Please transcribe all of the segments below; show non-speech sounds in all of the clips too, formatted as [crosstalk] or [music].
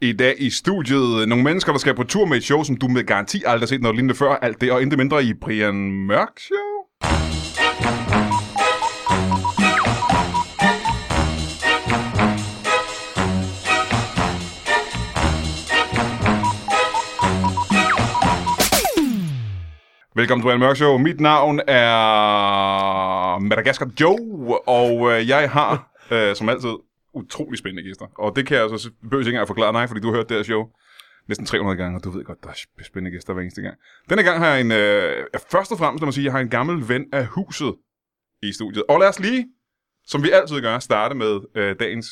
I dag i studiet nogle mennesker, der skal på tur med et show, som du med garanti aldrig har set noget lignende før. Alt det og intet mindre i Brian Mørk Show. Velkommen til Brian Mørk Show. Mit navn er Madagaskar Joe, og øh, jeg har, øh, som altid, utrolig spændende gæster. Og det kan jeg altså behøver ikke engang at forklare dig, fordi du har hørt deres show næsten 300 gange, og du ved godt, der er sp- spændende gæster hver eneste gang. Denne gang har jeg en, øh, ja, først og fremmest, lad mig sige, jeg har en gammel ven af huset i studiet. Og lad os lige, som vi altid gør, starte med øh, dagens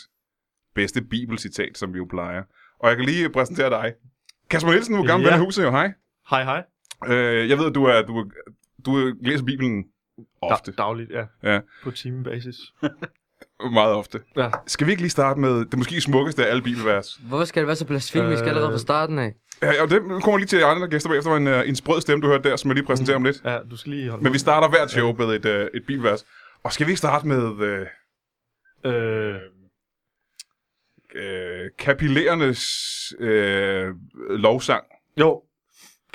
bedste bibelcitat, som vi jo plejer. Og jeg kan lige præsentere dig. Kasper Nielsen, hvor gammel Ja. ven af huset jo, hej. Hej, hej. Øh, jeg ved, at du, er, du, du læser Bibelen ofte. Da- dagligt, ja. Ja. På timebasis. Meget ofte. Ja. Skal vi ikke lige starte med det måske smukkeste af alle bibelvers? Hvorfor skal det være så blasfemisk øh... Øh. allerede fra starten af? Ja, og det kommer lige til de andre gæster bagefter. Det var en, øh, en sprød stemme, du hørte der, som jeg lige præsenterer om lidt. Ja, du skal lige holde Men vi starter hvert show med et, øh, et bibelvers. Og skal vi ikke starte med øh, Øh, øh, kapillerernes øh, lovsang? jo.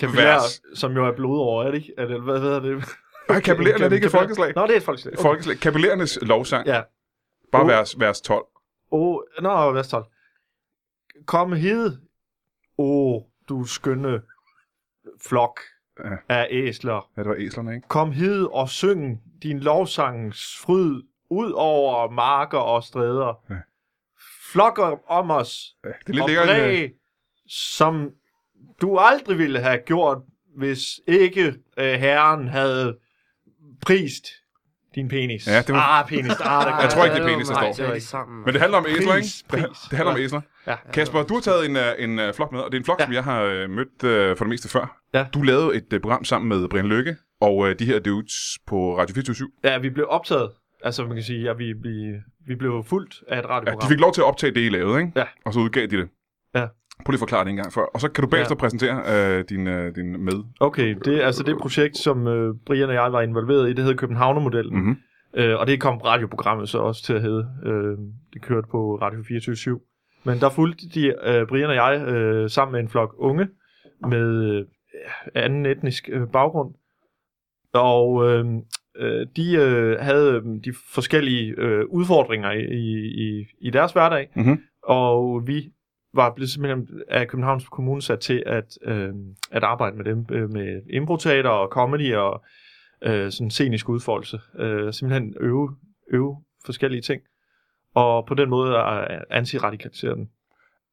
Vers. Kapillær, som jo er blodår, er det ikke? Er det, hvad, hvad er det? Nej, kapillerne er det ikke et folkeslag? Nå, det er et folkeslag. Et folkeslag. Kapillerernes lovsang. Ja. Bare Oh. vers, vers 12. Åh, nå, vers 12. Kom hed, åh, du skønne flok Ja. af æsler. Ja, det var æslerne, ikke? Kom hed og syng din lovsangs fryd ud over marker og stræder. Ja. Flokker om os, Ja, det er lidt og lækkert. øh, bræg, som du aldrig ville have gjort, hvis ikke øh, herren havde prist din penis. Ja, det var- Ah, penis. Ah, der [laughs] Jeg tror ikke, det er Ej, penis, der nej, står. det er ikke sammen. Men det handler om æsler, ikke? Pris, Det, pris. det handler om æsler. Ja. Kasper, du har taget en, øh, en øh, flok med, og det er en flok, ja. Ja. som jeg har øh, mødt øh, for det meste før. Ja. Du lavede et øh, program sammen med Brian Lykke og øh, de her dudes på Radio 24 ja, vi blev optaget. Altså, man kan sige, at vi, vi, vi blev fuldt af et ja, radioprogram. De fik lov til at optage det, I lavede, ikke? Ja. Og så udgav de det. Ja. Prøv lige at forklare det en gang før. Og så kan du bagefter ja. præsentere øh, din, øh, din med. Okay, det er altså det projekt, som øh, Brian og jeg var involveret i, det hedder Københavnermodellen. Mm-hmm. Øh, og det kom radioprogrammet så også til at hedde. Øh, det kørte på Radio 24 Men der fulgte de, øh, Brian og jeg øh, sammen med en flok unge med øh, anden etnisk øh, baggrund. Og øh, øh, de øh, havde øh, de forskellige øh, udfordringer i, i, i deres hverdag. Mhm. Og vi var blevet simpelthen af Københavns Kommune sat til at, øh, at arbejde med dem øh, med improteater og comedy og øh, sådan scenisk udfoldelse. Øh, simpelthen øve, øve forskellige ting. Og på den måde er antiradikalisere den.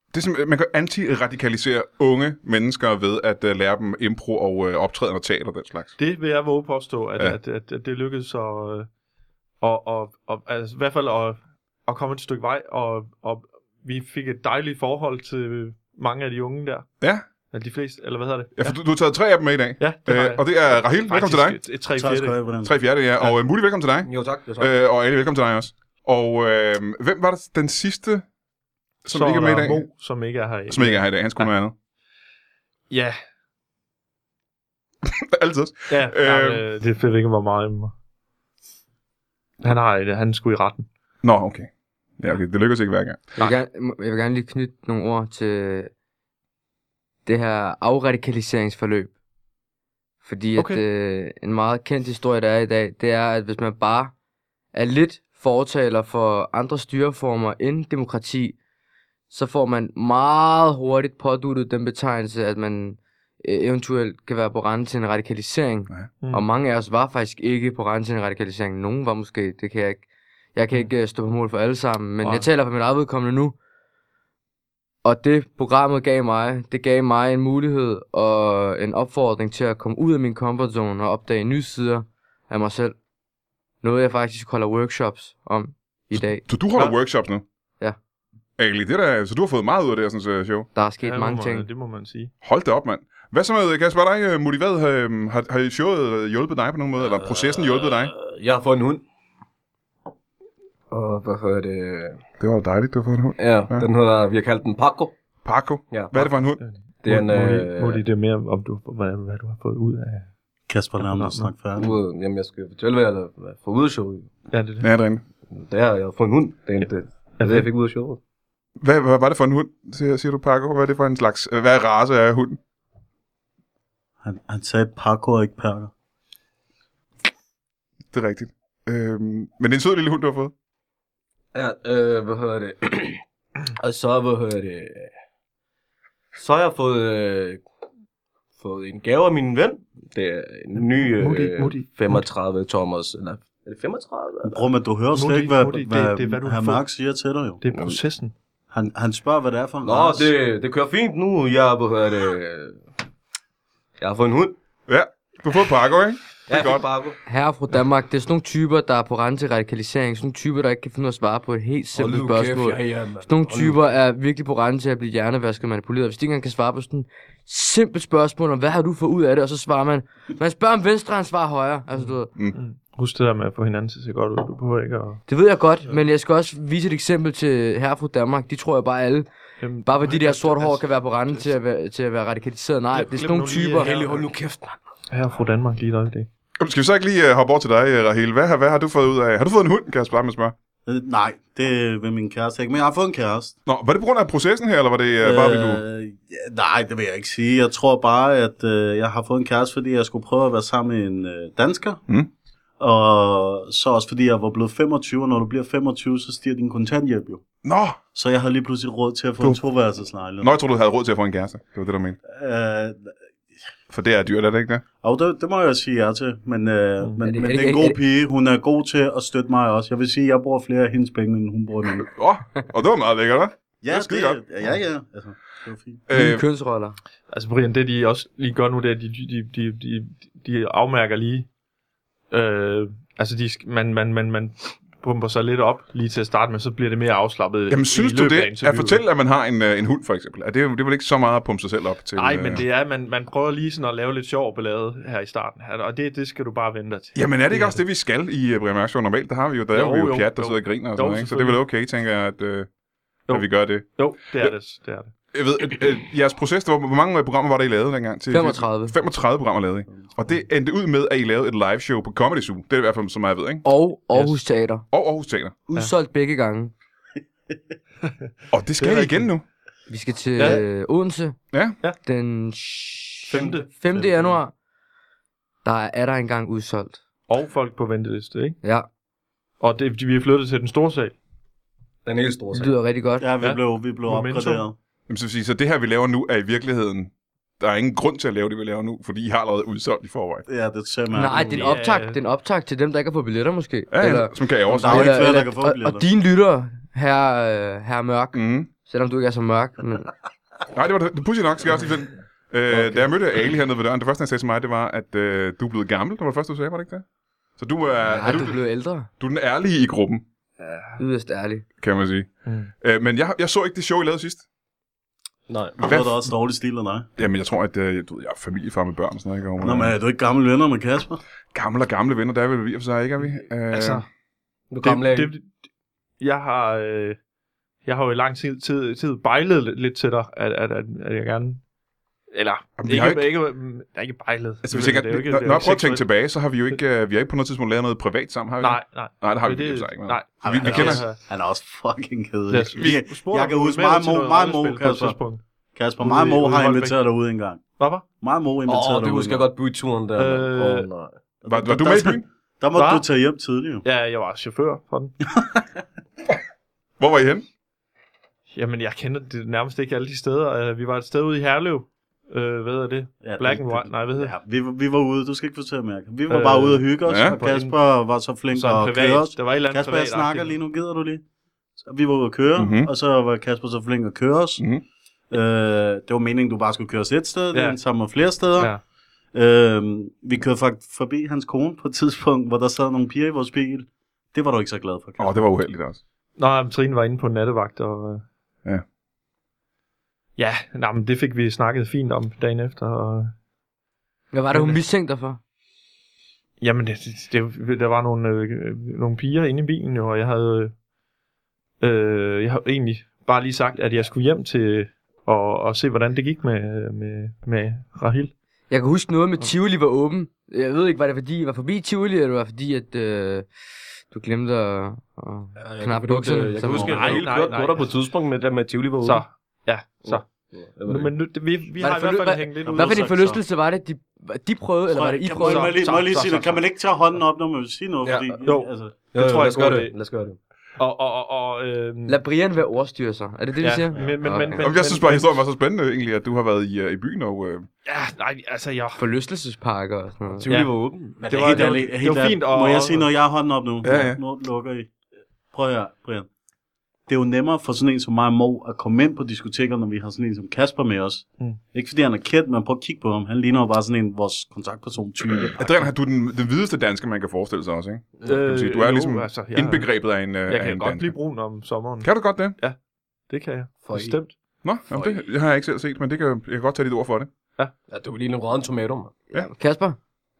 Det er simpelthen, man kan antiradikalisere unge mennesker ved at øh, lære dem impro og øh, optræden og teater og den slags. Det vil jeg våge påstå, at, Ja. ja. at, at, at det lykkedes at, øh, og, og, og, altså, i hvert fald at, at komme et stykke vej, og, og vi fik et dejligt forhold til mange af de unge der. Ja. Eller de fleste, eller hvad hedder det? Ja, for du, du har taget tre af dem med i dag. Ja, det Øh, har jeg. og det er Rahil, velkommen til dig. Faktisk Et, et tre Tak skal du fjerde. have, Brian. Tre fjerde, ja. Og øh, Mulig, velkommen til dig. Jo, tak. Jo, tak. Øh, og alle, velkommen til dig også. Og øh, hvem var det den sidste, som Så ikke er med i dag? Mo, som ikke er her i. Som ikke er her i dag. Han skulle ja. noget Ja, andet. Altid. [laughs] ja. Øh. Øh... øh, det ved jeg ikke, hvor meget. men- Han, har, et- han skulle i retten. Nå, okay. Ja, okay. Det lykkedes ikke hver gang. Jeg vil, gerne, jeg vil gerne lige knytte nogle ord til det her afradikaliseringsforløb. Fordi okay. Okay. at, øh, en meget kendt historie, der er i dag, det er, at hvis man bare er lidt fortaler for andre styreformer end demokrati, så får man meget hurtigt påduttet den betegnelse, at man øh, eventuelt kan være på randen til en radikalisering. Mm. Og mange af os var faktisk ikke på randen til en radikalisering. Nogen var måske, det kan jeg ikke. Jeg Mm. kan ikke øh, stå på mål for alle sammen, men Nej. jeg taler for mit eget vedkommende nu. Og det programmet gav mig, det gav mig en mulighed og en opfordring til at komme ud af min comfort zone og opdage nye sider af mig selv. Noget jeg faktisk holder workshops om i dag. Så du holder ja. Ja. workshops nu? Ja. Egentlig, det der, så du har fået meget ud af det her sådan, øh, show. Der er sket Ja, ja, det mange må ting. Man, det må man sige. Hold da op, mand. Hvad så med Kasper og dig, øh, Mulig? Hvad øh, har, har showet øh, hjulpet dig på nogen måde? Eller processen hjulpet dig? Jeg har fået en hund. Og hvad hedder det? Det var dejligt, du har fået en hund. Ja, Ja. ja. den hedder, vi har kaldt den Paco. Paco. Ja, Hvad er det for en hund? det er en... må, må, øh, de, må de det mere, om du, hvad, hvad du har fået ud af? Kasper lader mig snakke færdig. ude- Jamen, jeg skal fortælle, hvad jeg lavede- hvad jeg får ud af showet. Ja, det Altså, er det. Ja, derinde. Det er, jeg har fået en hund. Det er en, det, det, er det, jeg fik ud af showet. Hvad, hvad var det for en hund, siger, siger du, Paco? Hvad er det for en slags... øh, Hvad race er hunden? Han, han sagde Paco og ikke Perker. Det er rigtigt. Øhm, men det er en sød lille hund, du har fået. Ja, øh, hvad hedder det? [clears throat] og så, hvad hedder det? Så har jeg fået, øh, fået en gave af min ven. Det er en ny øh, Mutti, Mutti. 35 tommers, eller er det 35? Eller? Bror, men du hører slet Mutti, ikke, hvad, Mutti, det- hvad, det er, hvad du herr får. Mark siger til dig jo. Det er processen. Han, han spørger, hvad det er for en Nå, race. det, det kører fint nu. Jeg, hvad hedder det? Jeg har fået en hund. Ja, du har fået Paco, ikke? Ja, godt. Paco. Herre fra Danmark, det er sådan nogle typer, der er på rand til radikalisering. Sådan nogle typer, der ikke kan finde ud af at svare på et helt simpelt spørgsmål. ja, ja, mand. Sådan nogle typer er virkelig på randen til at blive hjernevasket og manipuleret. Hvis de ikke engang kan svare på sådan et simpelt spørgsmål om, hvad har du fået ud af det? Og så svarer man, man spørger om venstre, han svarer højre. Altså, du ved, Husk det der med at få hinanden til at se godt ud. Du behøver ikke at... det ved jeg godt, men jeg skal også vise et eksempel til herre fra Danmark. De tror jeg bare alle, Jamen, bare fordi de har sort hår, kan være på randen til at være, til at være radikaliseret. Nej, det er sådan nogle typer. Heldig, hold nu kæft, mand. Her fra Danmark lige et øjeblik. Jamen, Skal vi så ikke lige øh, hoppe over til dig, øh, Rahel? Hvad, har- hvad har du fået ud af? Har du fået en hund, kan jeg spørge med smør? Øh, Nej, det vil min kæreste ikke. Men jeg har fået en kæreste. Nå, var det på grund af processen her, eller var det øh, bare, øh... du... ja, nej, det vil jeg ikke sige. Jeg tror bare, at øh, jeg har fået en kæreste, fordi jeg skulle prøve at være sammen med en øh, dansker. Mm. Og så også fordi jeg var blevet 25, og når du bliver 25, så stiger din kontanthjælp jo. Nå! Så jeg havde lige pludselig råd til at få Du- en toværelseslejlighed. Nå, jeg troede, du havde råd til at få en kæreste. Det var det, du mente. Øh, For det er dyrt, er det ikke det? og det, det må jeg sige ja til, men, øh, men, Er det- det, men er det det- er en er god det- pige. Hun er god til at støtte mig også. Jeg vil sige, at jeg bruger flere af hendes penge, end hun bruger mine. Åh, oh, og det var meget lækkert, [laughs] hva'? Øh, Ja, Det er skide det, ja, ja. Altså, det var fint. Øh, Nye kønsroller. Altså Brian, det de også lige gør nu, det er, at de, de, de, de, de afmærker lige... Øh, altså, de, sk- man, man, man, man pumper sig lidt op lige til at starte med, så bliver det mere afslappet. Jamen, i synes du løbet det? af At interviewet. fortælle, at man har en, øh, en hund, for eksempel. Er det, det er vel ikke så meget at pumpe sig selv op til? Nej, øh, men det er, man, man prøver lige sådan at lave lidt sjov ballade her i starten. her, Og det, det skal du bare vente dig til. Jamen er det ikke også det, vi skal i uh, Brian Mørk Show normalt? Der har vi jo, der Jo, jo, er vi jo, jo, jo pjat, der jo. sidder og griner og Jo, sådan noget, ikke? Så det er vel okay, tænker jeg, at, øh, Jo. at vi gør det. Jo, det er det. det, er det. Jeg ved, at, øh, jeres proces, det var, hvor mange øh, programmer var det, I lavede dengang? Til 35. 35 programmer lavede I. Og det endte ud med, at I lavede et live show på Comedy Zoo. Det er i hvert fald, som jeg ved, ikke? Og Aarhus Teater. Og Aarhus Teater. Udsolgt begge gange. Og det skal Det er I igen nu. Vi skal til Ja. øh, Odense. Ja. Ja. Den Femte. 5. 5. januar. Der er, er der engang udsolgt. Og folk på venteliste, ikke? Ja, Og det, vi er flyttet til den store sal. Den er helt stor det sag. lyder rigtig godt. Ja, vi Ja. blev, vi blev Momentum. opgraderet. Jamen, så, vil sige, så det her, vi laver nu, er i virkeligheden... Der er ingen grund til at lave det, vi laver nu, fordi I har allerede udsolgt i forvejen. Ja, det ser man. Nej, det er en Ja. optag, det er en optag til dem, der ikke har fået billetter måske. Ja, eller, ja, som kan jeg Der er oversætte. jo ikke flere, der eller, kan få og, billetter. og dine lyttere, her, øh, her mørk, Mm. selvom du ikke er så mørk. Men, [laughs] Nej, det var det. Pussy nok, skal jeg også lige finde. Øh, okay. Da jeg mødte Ali hernede ved døren, det første, han sagde til mig, det var, at øh, du er blevet gammel. Det var det første, du sagde, var det ikke det? Så du er, ja, er du, du er blevet ældre, du er den ærlige i gruppen, yderst ærlig. kan man sige. Mm. Øh, men jeg, jeg så ikke det show, I lavede sidst. Nej. Du Hvad- ved da også dårlig stil af dig. Jamen, jeg tror, at øh, du ved, jeg er familiefar med børn og sådan noget. Ikke? Og, Nå, men er du ikke gammel venner med Kasper? Gamle og gamle venner, der er vel vi for sig, ikke er vi? Øh, Altså, Du kom Det, det, det, jeg har øh, jeg har jo i lang tid, tid, tid bejlet lidt, lidt til dig, at, at, at, at jeg gerne... Eller, Jamen, vi ikke, har ikke, ikke, mm, jeg er ikke bejlet. altså, hvis Det jeg er ikke, jo ikke- når, det er når jo jeg prøver at ikke tænke seksuelt. tilbage, så har vi jo ikke, øh, vi har ikke på noget tidspunkt lavet noget privat sammen, har vi? Nej, nej. Nej, det har vi Men det, i og for sig ikke. men- Nej. altså, Han, Vi- er vi kender- også, han er også fucking kedelig. Lad Jeg, os- vi spurgte, jeg kan om du huske, ville med mig og Mo, til noget mig og Mo, rollespil på et Kasper, tidspunkt. Kasper, Ude mig og i- Mo ude i har Holbæk. inviteret dig ud engang. Hvad var? Mig og Mo inviterede Åh, dig det ud husker jeg engang. godt byturen der. Øh, Øh... Oh, nej. Var, var du Der- med i der- byen? Der måtte Hva? du tage hjem tidligere. Ja, jeg var chauffør for den. Hvor var I henne? Jamen, jeg kender det nærmest ikke alle de steder. Øh, Vi var et sted ude i Herlev. Øh, hvad er det? Ja, Black det- and White. Nej, hvad hedder Ja, vi, var- vi var ude, du skal ikke fortælle mere. Vi var bare Øh, ude og hygge os, ja. og Kasper var så det? flink Så en at køre os. privat. Der var et eller andet Kasper, jeg privatagtigt. snakker lige nu, gider du lige? Så vi var ude at køre, Mhm. mm-hmm. og så var Kasper så flink at køre os. Mhm. Mm-hmm. Øh, det var meningen, du bare skulle køre os et sted, Ja. ja. den sammen med flere steder. Ja. Øh, vi kørte faktisk forbi hans kone på et tidspunkt, hvor der sad nogle piger i vores bil. Det var du ikke så glad for, Åh, Kasper. oh, det var uheldigt også. Nå, men Trine var inde på en nattevagt, og... øh, Ja. Ja, nej, men det fik vi snakket fint om dagen efter, og... Hvad var det, hun mistænkte dig for? Jamen, det, det, det, der var nogle, øh, nogle piger inde i bilen, jo, og jeg havde... Øh, jeg havde egentlig bare lige sagt, at jeg skulle hjem til... Og, og se, hvordan det gik med, med, med Rahil. Jeg kan huske noget med Tivoli var åben. Jeg ved ikke, var det fordi, I var forbi Tivoli, eller var det fordi, at øh, Du glemte at... at... Jeg Knap kan huske, øh, bukserne, jeg som kan huske, man- at jeg Nej, helt nej, gjort nej. gutter på et tidspunkt med det der med at Tivoli var ude. Så, ja, så. Jeg ved Nu, det men nu, vi, vi har Hvad er i det for- hvert fald hvad- hængt lidt ud. Hvad for din Så- forlystelse var det? De, de prøvede, eller var det I Kan- prøvede? Må jeg lige, må jeg lige Så- sige så- noget? Kan man ikke tage hånden op, når man vil sige noget? Ja. Fordi, Jo. Altså, ikke. Jo, det jo, tror jeg lad os gøre sgu, det. det- Lad os gøre det. Og, og, og, og øhm, Lad Brian være ordstyrer sig. Er det det, vi ja, siger? men, men, men, Okay. men, Jamen, jeg synes bare, men- historien var så spændende egentlig, at du har været i, øh, i byen og... Øh, Ja, nej, altså, jeg... Forlystelsesparker og sådan noget. Tivoli Ja. var åben. men det var- helt det var- ærligt, det helt var ærligt. fint, og- Må jeg sige, når jeg har hånden op nu? Ja, ja. Nu lukker I. Prøv at høre, Brian. Det er jo nemmere for sådan en som mig og Mo at komme ind på diskoteker, når vi har sådan en som Kasper med os. Mm. Ikke fordi han er kendt, men prøv at kigge på ham. Han ligner jo bare sådan en vores kontaktperson-type. Adrian, har du den, den videste dansker, man kan forestille sig også, ikke? Kan man sige, du er ligesom Øh, altså, jeg, Indbegrebet af en, øh, Jeg af kan en godt dansker. blive brun om sommeren. Kan du godt det? Det kan jeg. For i- Bestemt. Nå, jamen, det jeg har jeg ikke selv set, men det kan, jeg kan godt tage dit ord for det. Ja, du er lige en råden tomato, mand. Kasper,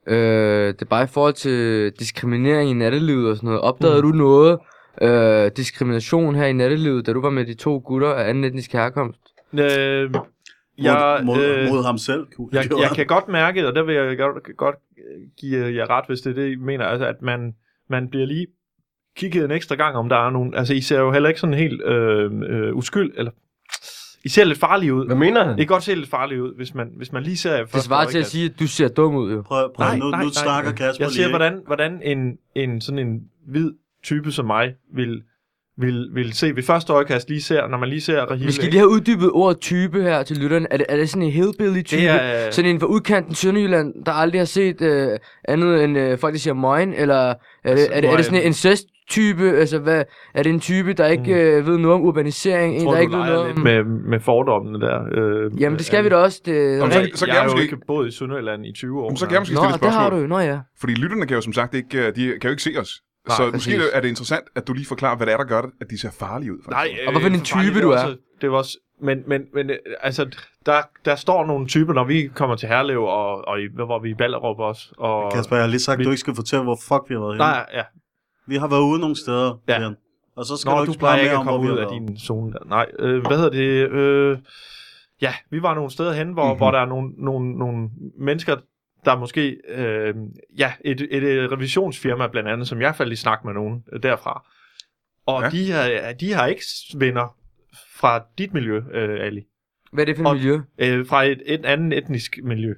øh, det er bare i forhold til diskriminering i nattelivet og sådan noget. Opdagede mm. du noget øh, diskrimination her i nattelivet, da du var med de to gutter af anden etnisk herkomst? Øh, mod, jeg, mod, øh, mod ham selv. kunne- jeg, jo. jeg kan godt mærke, og der vil jeg godt, godt øh, give jer ret, hvis det er det, I mener, altså, at man, man bliver lige kigget en ekstra gang, om der er nogen... Altså, I ser jo heller ikke sådan helt øh, øh, uskyld, eller... I ser lidt farlige ud. Hvad mener han? I kan godt se lidt farlige ud, hvis man, hvis man lige ser... jer Det først, svarer og til at ikke sige, at du ser dum ud, jo. Prøv, prøv, Nej, nu, nej, nu nej. snakker Kasper Jeg lige. siger, ikke? hvordan, hvordan en, en, sådan en hvid type som mig vil, vil, vil se ved første øjekast lige ser, når man lige ser Rahil. Vi skal lige have uddybet ordet type her til lytteren. Er det, er det sådan en hillbilly-type? det er, øh, Sådan en fra udkanten Sønderjylland, der aldrig har set øh, andet end øh, folk, der siger møgen, eller er det, altså, er det, er det sådan en incest-type? Altså, hvad, er det en type, der ikke Mm. øh, ved noget om urbanisering? en, tror, der du ikke ved leger noget lidt om... med, med fordommene der. Øh, Jamen, det skal vi da også. Det, Nå, men Så, Så- jeg, så kan jeg jeg har jo måske- ikke boet i Sønderjylland i 20 år. Jamen, så kan jeg måske Nå, stille et det har spørgsmål. du jo. Nå ja. Fordi lytterne kan jo som sagt ikke, øh, de kan jo ikke se os. Nej, så præcis. måske er det interessant, at du lige forklarer, hvad det er, der gør det, at de ser farlige ud. for Nej, eksempel. øh, Og hvad for en for fanden, type det du var er? også- Det var også, men, men, men øh, altså, der, der står nogle typer, når vi kommer til Herlev, og, og i, hvor var vi i Ballerup også. Og, Kasper, jeg har lige sagt, Vi- du ikke skal fortælle, hvor fuck vi har været henne. Nej, ja. Vi har været ude nogle steder, Ja. ja. Og så skal Nå, du du ikke plejer spørge ikke mere at om, hvor komme vi ud har af været. din zone der. Nej, øh, hvad hedder det? Øh, ja, vi var nogle steder hen, Mhm. hvor, mm-hmm. hvor der er nogle, nogle, nogle mennesker, der måske... Øh, ja, et, et, et revisionsfirma blandt andet, som jeg faldt i snak med nogen øh, derfra. Og Ja. ja. de, har, de har ikke s- venner fra dit miljø, øh, Ali. Hvad er det for et Og- miljø? Øh, fra et, et andet etnisk miljø.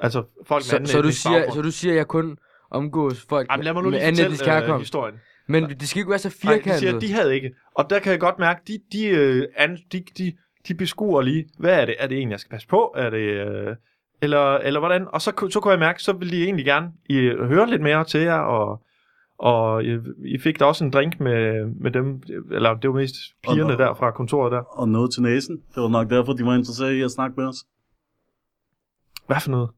Altså folk med Så, anden så, du etnisk siger, baggrund. så du siger, at jeg kun omgås folk Jamen, lad mig nu med lige anden etnisk fortælle øh, herkomst. historien. Men det skal ikke være så Nej, de firkantet. siger, at de havde ikke. Og der kan jeg godt mærke, de, de, øh, an, de, de, de beskuer lige, hvad er det? Er det en, jeg skal passe på? Er det, øh, eller, eller hvordan? Og så, ku- så kunne jeg mærke, så ville de egentlig gerne I, øh, høre lidt mere til jer, og, og I, I fik da også en drink med, med dem, eller det var mest pigerne Og- der fra kontoret der. Og noget til næsen. Det var nok derfor, de var interesseret i at snakke med os. Hvad for noget?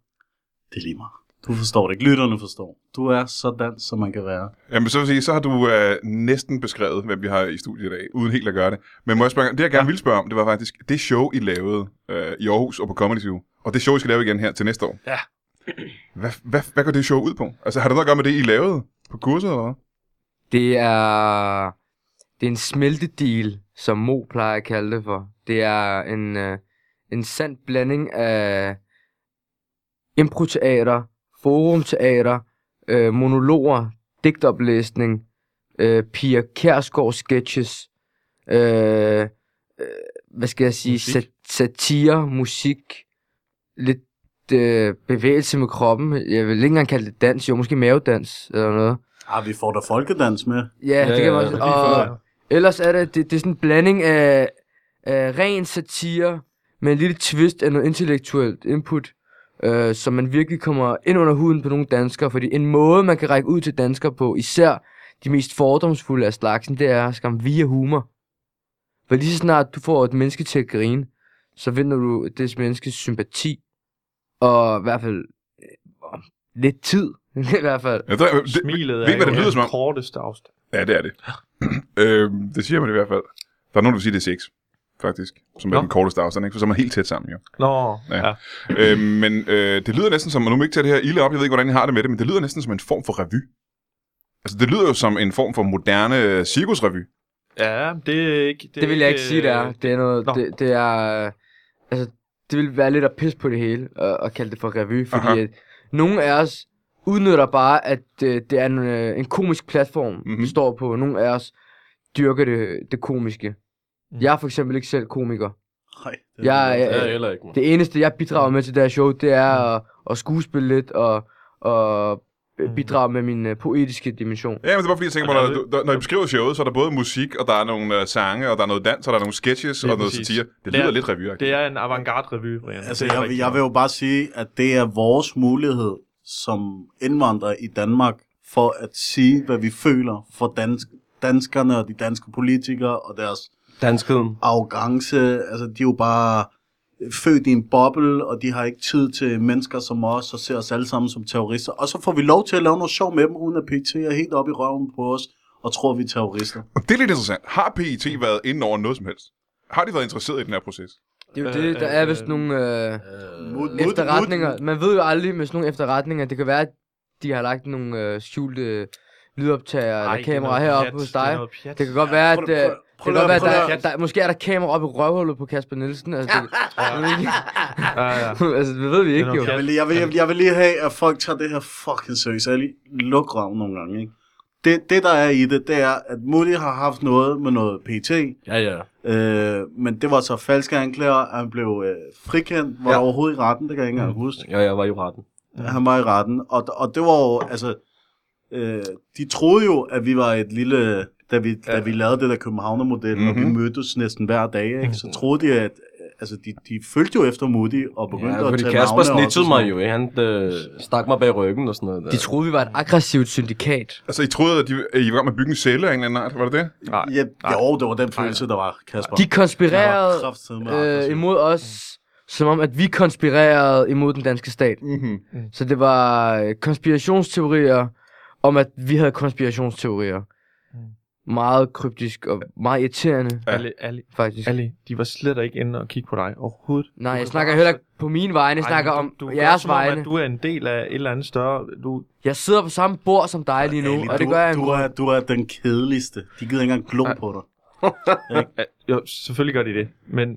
Det er lige meget. Du forstår det ikke. Lytterne forstår. Du er sådan, som man kan være. Jamen, så vil sige, så har du øh, næsten beskrevet, hvem vi har i studiet i dag, uden helt at gøre det. Men må jeg spørge, det jeg gerne ville spørge om, det var faktisk det show, I lavede øh, i Aarhus og på Comedy Zoo. Og det show, I skal lave igen her til næste år. Ja. Hvad, hvad, hvad går det show ud på? Altså, har det noget at gøre med det, I lavede på kurset, eller hvad? Det er, det er en smeltedeal, som Mo plejer at kalde det for. Det er en, øh, en sand blanding af improteater, forumteater, øh, monologer, digtoplæsning, øh, Pia Kærsgaard sketches, øh, øh, hvad skal jeg sige, Musik. sat- satire, musik, lidt øh, bevægelse med kroppen. Jeg vil ikke engang kalde det dans, jo måske mavedans eller noget. Ah, vi får da folkedans med. Ja, Ja, det ja, kan man også. lige Og, før. Ellers er det, det, det er sådan en blanding af, af ren satire med en lille twist af noget intellektuelt input, øh, så man virkelig kommer ind under huden på nogle danskere, fordi en måde, man kan række ud til danskere på, især de mest fordomsfulde af slagsen, det er skam via humor. For lige så snart du får et menneske til at grine, så vinder du det menneskes sympati, og i hvert fald øh, lidt tid, [laughs] i hvert fald. Ja, det, det, Smilet ved I, hvad det lyder som om? korteste afstand. ja, det er det. [clears throat] øhm, det siger man i hvert fald. Der er nogen, der vil sige, det er sex, faktisk. Som er Nå. den korteste afstand, ikke? For så er man helt tæt sammen, jo. Nå, Ja. ja. ja. øh, men øh, det lyder næsten som, og nu må jeg ikke tage det her ilde op, jeg ved ikke, hvordan I har det med det, men det lyder næsten som en form for revy. Altså, det lyder jo som en form for moderne øh, cirkusrevy. Ja, det er ikke... Det, det vil jeg ikke sige, det er. øh, Det er noget, Nå. det, det er, øh, altså, det vil være lidt at pisse på det hele, og, og kalde det for revy, fordi Aha. at, nogle af os udnytter bare, at øh, det er en, øh, en komisk platform, mm-hmm. Mhm. vi står på. Nogle af os dyrker det, det komiske. Mm. Jeg er for eksempel ikke selv komiker. Nej, det er Jeg, Det er jeg jeg, heller ikke, man. det eneste, jeg bidrager med til det her show, det er at, at skuespille lidt og, og øh, Mm. bidrage med min øh, poetiske dimension. Ja, men Altså, det var fordi, jeg tænker på, Og når, der er du- når, når I beskriver showet, så er der både musik, og der er nogle øh, sange, og der er noget dans, og der er nogle sketches, Lige og noget præcis. satire. Det Det er- lyder lidt revy Det er en avantgarde revy, Brian. Altså, Det er jeg, rigtig jeg vil jo bare sige, at det er vores mulighed som indvandrere i Danmark for at sige, hvad vi føler for dansk, danskerne og de danske politikere og deres Danskheden. arrogance. Altså, de er jo bare øh, født i en boble, og de har ikke tid til mennesker som os, og ser os alle sammen som terrorister. Og så får vi lov til at lave noget sjov med dem, uden at PT er helt op i røven på os, og tror, vi er terrorister. Og det er lidt interessant. Har PET været inde over noget som helst? Har de været interesseret i den her proces? Det er jo Øh, det, der øh, er vist øh, nogle øh, Mod- mod- efterretninger. Man ved jo aldrig med sådan nogle efterretninger. Det kan være, at de har lagt nogle øh, skjulte lydoptager Ej, eller det er kameraer noget heroppe pjat, hos Det dig. er noget pjat. Det kan godt være, at, prøv øh, lige- prøv- det prøv kan lige- godt være, at prøv der, lige- der, der, måske er der kamera op i røvhullet på Kasper Nielsen. Altså, [laughs] det, Ja, ja. [laughs] altså, det ved vi ikke jo. noget Jeg vil, jeg, vil, jeg, vil, jeg vil lige have, at folk tager det her fucking seriøst. Jeg lige luk røven nogle gange, ikke? Det, det, der er i det, det er, at Moody har haft noget med noget PT, Ja, ja. øh, men det var så falske anklager, at han blev øh, frikendt. Var Ja. Mm. ja. overhovedet i retten? Det kan jeg ikke engang huske. Ja, jeg var i retten. Han var i retten, og, og det var jo, altså, øh, de troede jo, at vi var et lille, da vi, ja. da vi lavede det der Københavner-model, mm-hmm. og vi Mhm. mødtes næsten hver dag, ikke? Mhm. så troede de, at altså, de, de følte jo efter Moody, og begyndte Ja, at fordi tage Kasper navne snitchede og mig jo, ikke? Han øh, stak mig bag ryggen og sådan noget. Der. De troede, vi var et aggressivt syndikat. Altså, I troede, at de, at I var i gang med at bygge en celle af en eller anden art, var det det? Nej. Ja, jo, det var den følelse, der var, Kasper. De konspirerede øh, konspirerede imod os, Mm. som om at vi konspirerede imod den danske stat. Mm-hmm. Så det var øh, konspirationsteorier om, at vi havde konspirationsteorier. Mm. Meget kryptisk og meget irriterende, Ja. Ali, Ali, faktisk. Ali, de var slet ikke inde og kigge på dig overhovedet. Nej, Du jeg var snakker bare heller så- ikke på mine vegne, jeg Ej, snakker du- om du gør, jeres som om, veje. at du er en del af et eller andet større... Du, Jeg sidder på samme bord som dig lige nu, og det gør jeg. du, en- er, du er den kedeligste. De gider ikke engang glo på dig. jo, selvfølgelig gør de det, men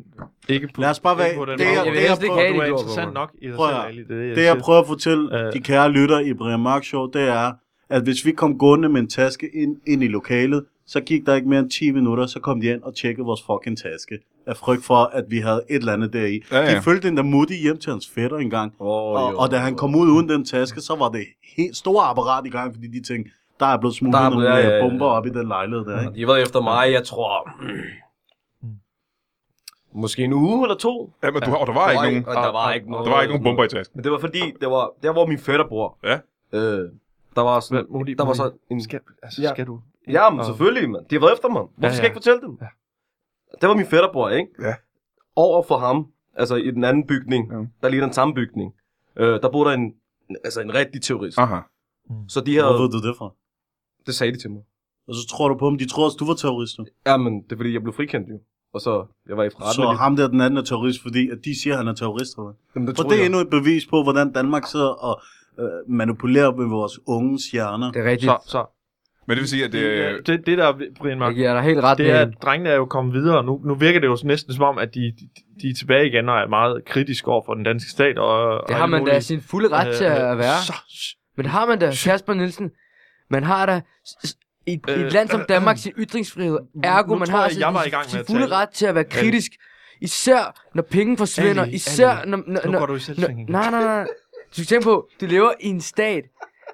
ikke på... Lad os bare ikke være... på den Det, måde. jeg, Jeg vil det, jeg helst ikke prøver, have du er det, de gjorde på interessant mig. nok i dig Prøv selv, at- Ali. Det, er det, jeg prøver at fortælle Øh. de kære lytter i Brian Mark Show, det er, at hvis vi kom gående med en taske ind, ind i lokalet, så gik der ikke mere end 10 minutter, så kom de ind og tjekkede vores fucking taske. Af frygt for, at vi havde et eller andet deri. Ja, ja. De følte den der mutti hjem til hans fætter engang. Åh, Og, jo. og da han kom ud uden den taske, så var det helt store apparat i gang, fordi de tænkte, der er blevet smuglet Der er nogle blevet- ja, ja, øh, ja. bomber op i den lejlighed der, ikke? De var efter mig, jeg tror... hmm. Måske en uge eller to. Ja, men du, og der var ikke nogen, Ah, Og der var ikke nogen. der var ikke nogen bomber i tasken. Men det var fordi, det var der, hvor min fætter bor. Ja. Øh, der var sådan... Modi, Der var så en... Skal, altså, Ja. skal du... Ja, men og- selvfølgelig, mand. De har været efter mig. Hvorfor Ja, ja, ja. skal jeg ikke fortælle dem? Ja. Ja. Det var min fætterbror, ikke? Ja. Over for ham, altså i den anden bygning, Ja. ja. der ligger den samme bygning, øh, der boede der en, altså en rigtig terrorist. Aha. Så de Hvor ved havde, du det fra? det sagde de til mig. Og så tror du på dem. De tror også, du var terrorist nu. Ja, men det er fordi, jeg blev frikendt jo. Og så, jeg var i forretten. Så ham der, den anden er terrorist, fordi at de siger, at han er terrorist. Eller? hvad? Jamen, det Og troede det er jeg. endnu et bevis på, hvordan Danmark sidder og øh, manipulerer med vores unges hjerner. Det er rigtigt. Så, så. Men det vil sige, at... Det, Øh, det, det, der, er- Brian Jeg Mørk, giver dig helt ret det er, med at drengene er jo kommet videre. Nu, nu virker det jo næsten som om, at de, de, de er tilbage igen og er meget kritiske over for den danske stat. Og, og Det har alle man da mulige- sin fulde ret til Øh, at være. Så, Men det har man da, Shit. Kasper Nielsen. Man har da s- s- i, i Øh, et land som Danmark sin ytringsfrihed. Ergo, nu man tror har jeg, jeg var i sin, gang med sin at fulde tale. Øh. ret til at være Ali. kritisk. Især når penge forsvinder. Ali, Især Ali. når... når, nu når går du i selvsving igen. nej, nej, nej. Du skal tænke på, du lever i en stat,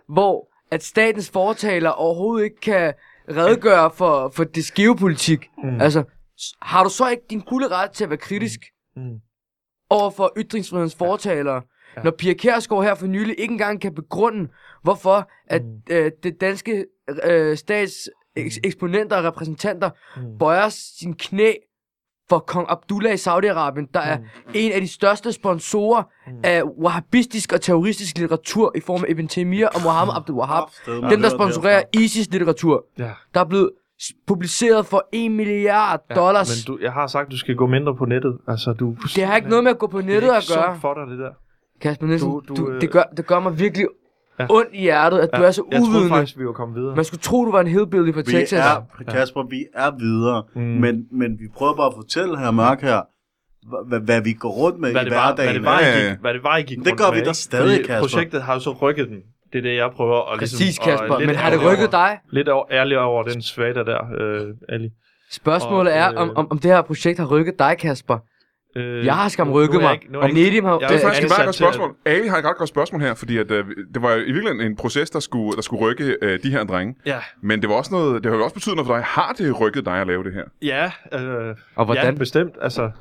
hvor at statens fortaler overhovedet ikke kan redegøre for, for det skive politik. Mm. Mm. Altså, s- har du så ikke din fulde ret til at være kritisk Mm. over for ytringsfrihedens fortalere, Ja. ja. når Pia Kærsgaard her for nylig ikke engang kan begrunde, hvorfor at Mm. mm. øh, det danske øh, stats eks- eksponenter og repræsentanter Mm. mm. bøjer sin knæ for kong Abdullah i Saudi-Arabien, der er en af de største sponsorer Mm. af wahhabistisk og terroristisk litteratur i form af Ibn Taymiyyah og Mm. Mohammed Abdul Wahhab. Afsted, Dem, der man hører sponsorerer derfra. ISIS-litteratur, Ja. der er blevet s- publiceret for 1 milliard Ja, dollars. Men du, jeg har sagt, du skal gå mindre på nettet. Altså, du, Det har ikke noget med at gå på nettet det er at ikke gøre. sundt for dig, det der. Kasper Nielsen, Du- du, du, du, øh, du, det, gør, det gør mig virkelig Ja. ja. ondt i hjertet, at ja. du er så jeg troede uvidende. faktisk, vi var kommet videre. Man skulle tro, du var en hedbillig fra Vi Texas. er, Kasper, vi er videre, Mm. mm. men, men vi prøver bare at fortælle her Mørk her, hva- hva- hvad vi går rundt med hvad i det var, hverdagen. hvad det var, I Ja, ja, ja. gik, hvad det var, I gik Det rundt gør med, vi da ikke? stadig, Fordi Kasper. projektet har jo så rykket dem Det er det, jeg prøver at Præcis, ligesom, at Kasper. lidt Men har det ærgerlig rykket over- dig? Lidt over, ærlig over den svada der, øh, Ali. Spørgsmålet Og, er, øh, om, om, om det her projekt har rykket dig, Kasper. Øh, Jeg har skam nu- nu er rykket jeg mig. ikke- nu er Og jeg ikke- Nedim har... Jeg Det er Øh, faktisk et ansat meget godt til at- spørgsmål. Ali har et ret godt spørgsmål her, fordi at, øh, det var jo i virkeligheden en proces, der skulle, der skulle rykke øh, de her drenge. Ja, Men det, var også noget, det har jo også betydet noget for dig. Har det rykket dig at lave det her? ja øh, Og hvordan? Ja, bestemt. Altså,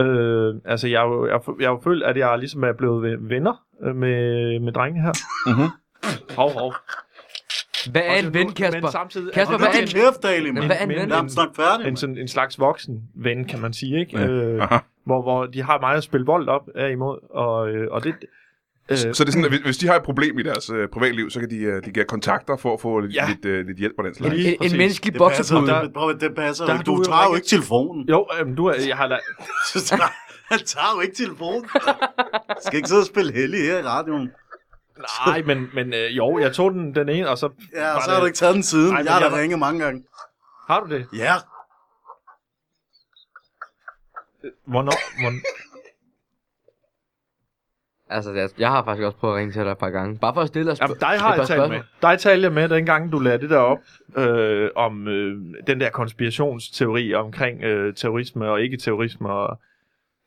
øh, altså jeg, har jo- jeg, har f- jeg har jo følt, at jeg ligesom er blevet ve- venner øh, med, med drengene her. Mm-hmm. Hov, hov. Hvad er en Og ven, nu- Men Kasper? samtidig, Og Kasper, nu hvad er er det en, kæft, Ali, men mand. hvad er en ven? Lad ham snakke færdig, en, mand. sådan, en slags voksen ven, kan man sige, ikke? Ja. Øh, Aha. hvor, hvor de har mig at spille bold op af imod, og, øh, og det... Øh, Så det er sådan, at hvis- hvis de har et problem i deres øh, privatliv, så kan de, øh, de give kontakter for at få lidt, Ja. lidt, øh, lidt hjælp på den slags. Lige en, en præcis. menneskelig Det passer, boksepude? der- det, prøv at- det passer der jo ikke. har Du du jo tager jo ringet- ikke [laughs] telefonen. jo, øh, du, er- jeg har da... Han tager jo ikke telefonen. Jeg skal ikke sidde og spille heldig her i radioen. Nej, men, men øh, jo, jeg tog den, den ene, og så... Ja, og var så har du ikke taget den siden. Ej, Ej, men jeg har da jeg var- ringet mange gange. Har du det? Ja, Hvornår? Hvornår? Altså, jeg, jeg har faktisk også prøvet at ringe til dig et par gange. Bare for at stille og Jamen, spørge. dig har et par jeg talt med. Dig talte jeg med, dengang du lagde det der op, øh, om øh, den der konspirationsteori omkring øh, terrorisme og ikke-terrorisme. Og,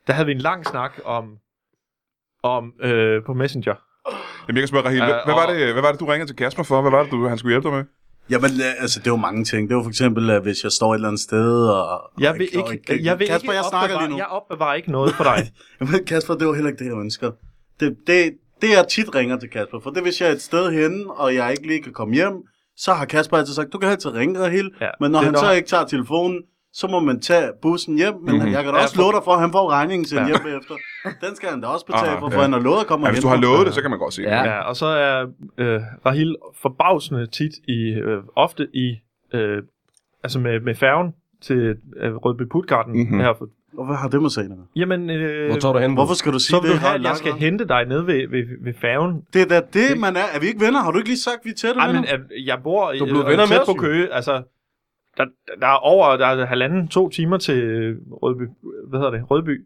der havde vi en lang snak om, om øh, på Messenger. Jamen, jeg kan spørge Rahil, Øh, hvad, var og- det, hvad var det, du ringede til Kasper for? Hvad var det, du, han skulle hjælpe dig med? Jamen, øh, altså, det er jo mange ting. Det er jo for eksempel, at hvis jeg står et eller andet sted og... Jeg og vil og ikke, jeg vil Kasper, ikke jeg snakker opbevare, lige nu. Jeg opbevarer ikke noget for dig. [laughs] Jamen, Kasper, det var heller ikke det, jeg ønsker. Det, det, det, jeg tit ringer til Kasper, for det hvis jeg er et sted henne, og jeg ikke lige kan komme hjem, så har Kasper altid sagt, du kan altid ringe, Rahil. Ja, Ja, men når det er han når så han- ikke tager telefonen, så må man tage bussen hjem, men mm-hmm. jeg kan da Mhm. Ja, også for- love dig for, at han får regningen til ja. Ja. hjem efter. Den skal han da også betale Aha, for, for ja. han har lovet at komme Ja, og hvis hente du har mig. lovet det, så kan man godt se det. Ja. Ja, og så er øh, Rahil forbavsende tit i, øh, ofte i, øh, altså med, med færgen til øh, Rødby Putgarden Mhm. mm-hmm. her. for- Og hvad har det med sagen? at gøre? Jamen, øh, Hvor tager du hen? Hvorfor skal du sige så vil det? du have, at Langt- jeg skal hente dig nede ved, ved, ved færgen. Det er da det, man er. Er vi ikke venner? Har du ikke lige sagt, vi er tætte Ej, venner? men øh, jeg bor Du er blevet øh, venner med tæt os, på jo. Køge. Altså, der, der er over der er halvanden, to timer til øh, Rødby. Hvad hedder det? Rødby.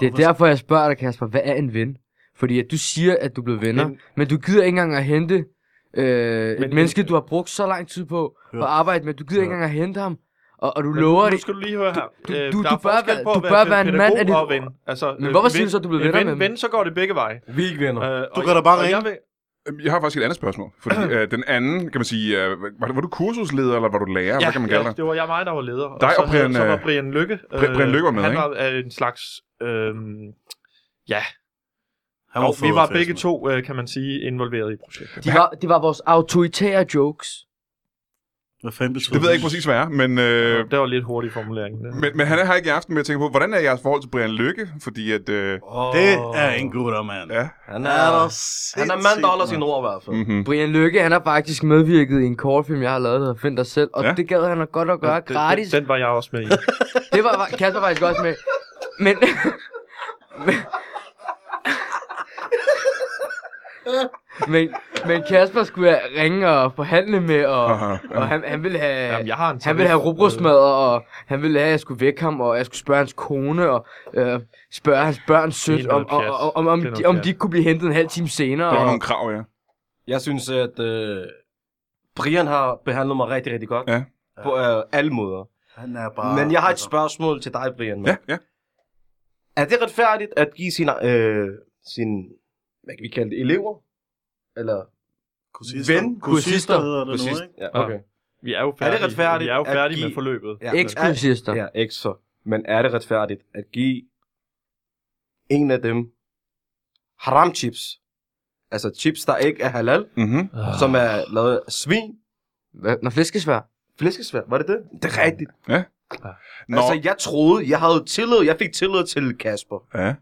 Det er derfor, jeg spørger dig, Kasper. Hvad er en ven? Fordi at du siger, at du er blevet venner, Men- men, men du gider ikke engang at hente øh, Men- et menneske, du har brugt så lang tid på at arbejde med. Du gider ikke engang at hente ham, og, og du lover nu, det. Nu skal du lige høre her. Du- Øh, du- der du er bør forskel være- på at du bør pæ- være en mand af pædagog dit og ord. ven. Altså, Men øh, hvorfor ven- siger du så, at du blev øh, venner ven, med dem? Ven, så går det begge veje. Vi er ikke venner. Øh, Du og- kan da bare og ringe. jeg vil- Øhm, Jeg har faktisk et andet spørgsmål. [clears throat] Fordi øh, den anden, kan man sige, øh, var, var du kursusleder, eller var du lærer? Ja, Hvad kan man kalde ja, dig? det var jeg mig, der var leder. Dig så, og Brian, havde- Så var øh, Brian Lykke. Bri- Brian Lykke var med, han ikke? var øh, en slags... Øh, ja, Han og vi fed var at feste begge med. to, øh, kan man sige, involveret i projektet. De var, de var vores autoritære jokes. Hvad fanden betyder Det ved jeg ikke præcis, hvad er, men... Øh, det var lidt hurtig formulering. Der. men, men han er her ikke i aften med at tænke på, hvordan er jeres forhold til Brian Lykke? Fordi at... Øh, Åh, Det er en gutter, mand. ja, Han Han er, er, han er mand, der holder sine ord i hvert fald. mm-hmm. Brian Lykke, han har faktisk medvirket i en kortfilm, jeg har lavet, der hedder Find dig selv. Og Ja. ja. det gad han nok godt at gøre Den- gratis. Den, den var jeg også med i. Det var Kasper faktisk også med. Men... men- men, men Kasper skulle jeg ringe og forhandle med, og, Aha, ja. og han, han ville have, Jamen, jeg har en han ville have tarif, rugbrødsmad, og han ville have, at jeg skulle vække ham, og jeg skulle spørge hans kone, og øh, spørge hans børn sødt, Det er om, noget og, pjat. og, om, om, Det er noget de, om pjat. de ikke kunne blive hentet en halv time senere. Der var Og, nogle krav, ja. Jeg synes, at øh, Brian har behandlet mig rigtig, rigtig godt. Ja. På øh, alle måder. Han er bare... Men jeg har et spørgsmål til dig, Brian. mand. Ja, ja. Er det retfærdigt at give sine, øh, sin, hvad kan vi kalde det, elever? Eller Kursister. Ven. Kursister Kursister. hedder det nu, ikke? Ja, okay. Vi er jo færdige, retfærdigt vi er jo at færdige give- med forløbet. Ja. Eksklusister. Ja, ikke så. Men er det retfærdigt at give en af dem haram chips? Altså chips, der ikke er halal, Mm-hmm. som er lavet af svin. Hvad? Når flæskesvær? Flæskesvær, var det det? Det er rigtigt. Nå, Altså, jeg troede, jeg havde tillid, jeg fik tillid til Kasper. ja.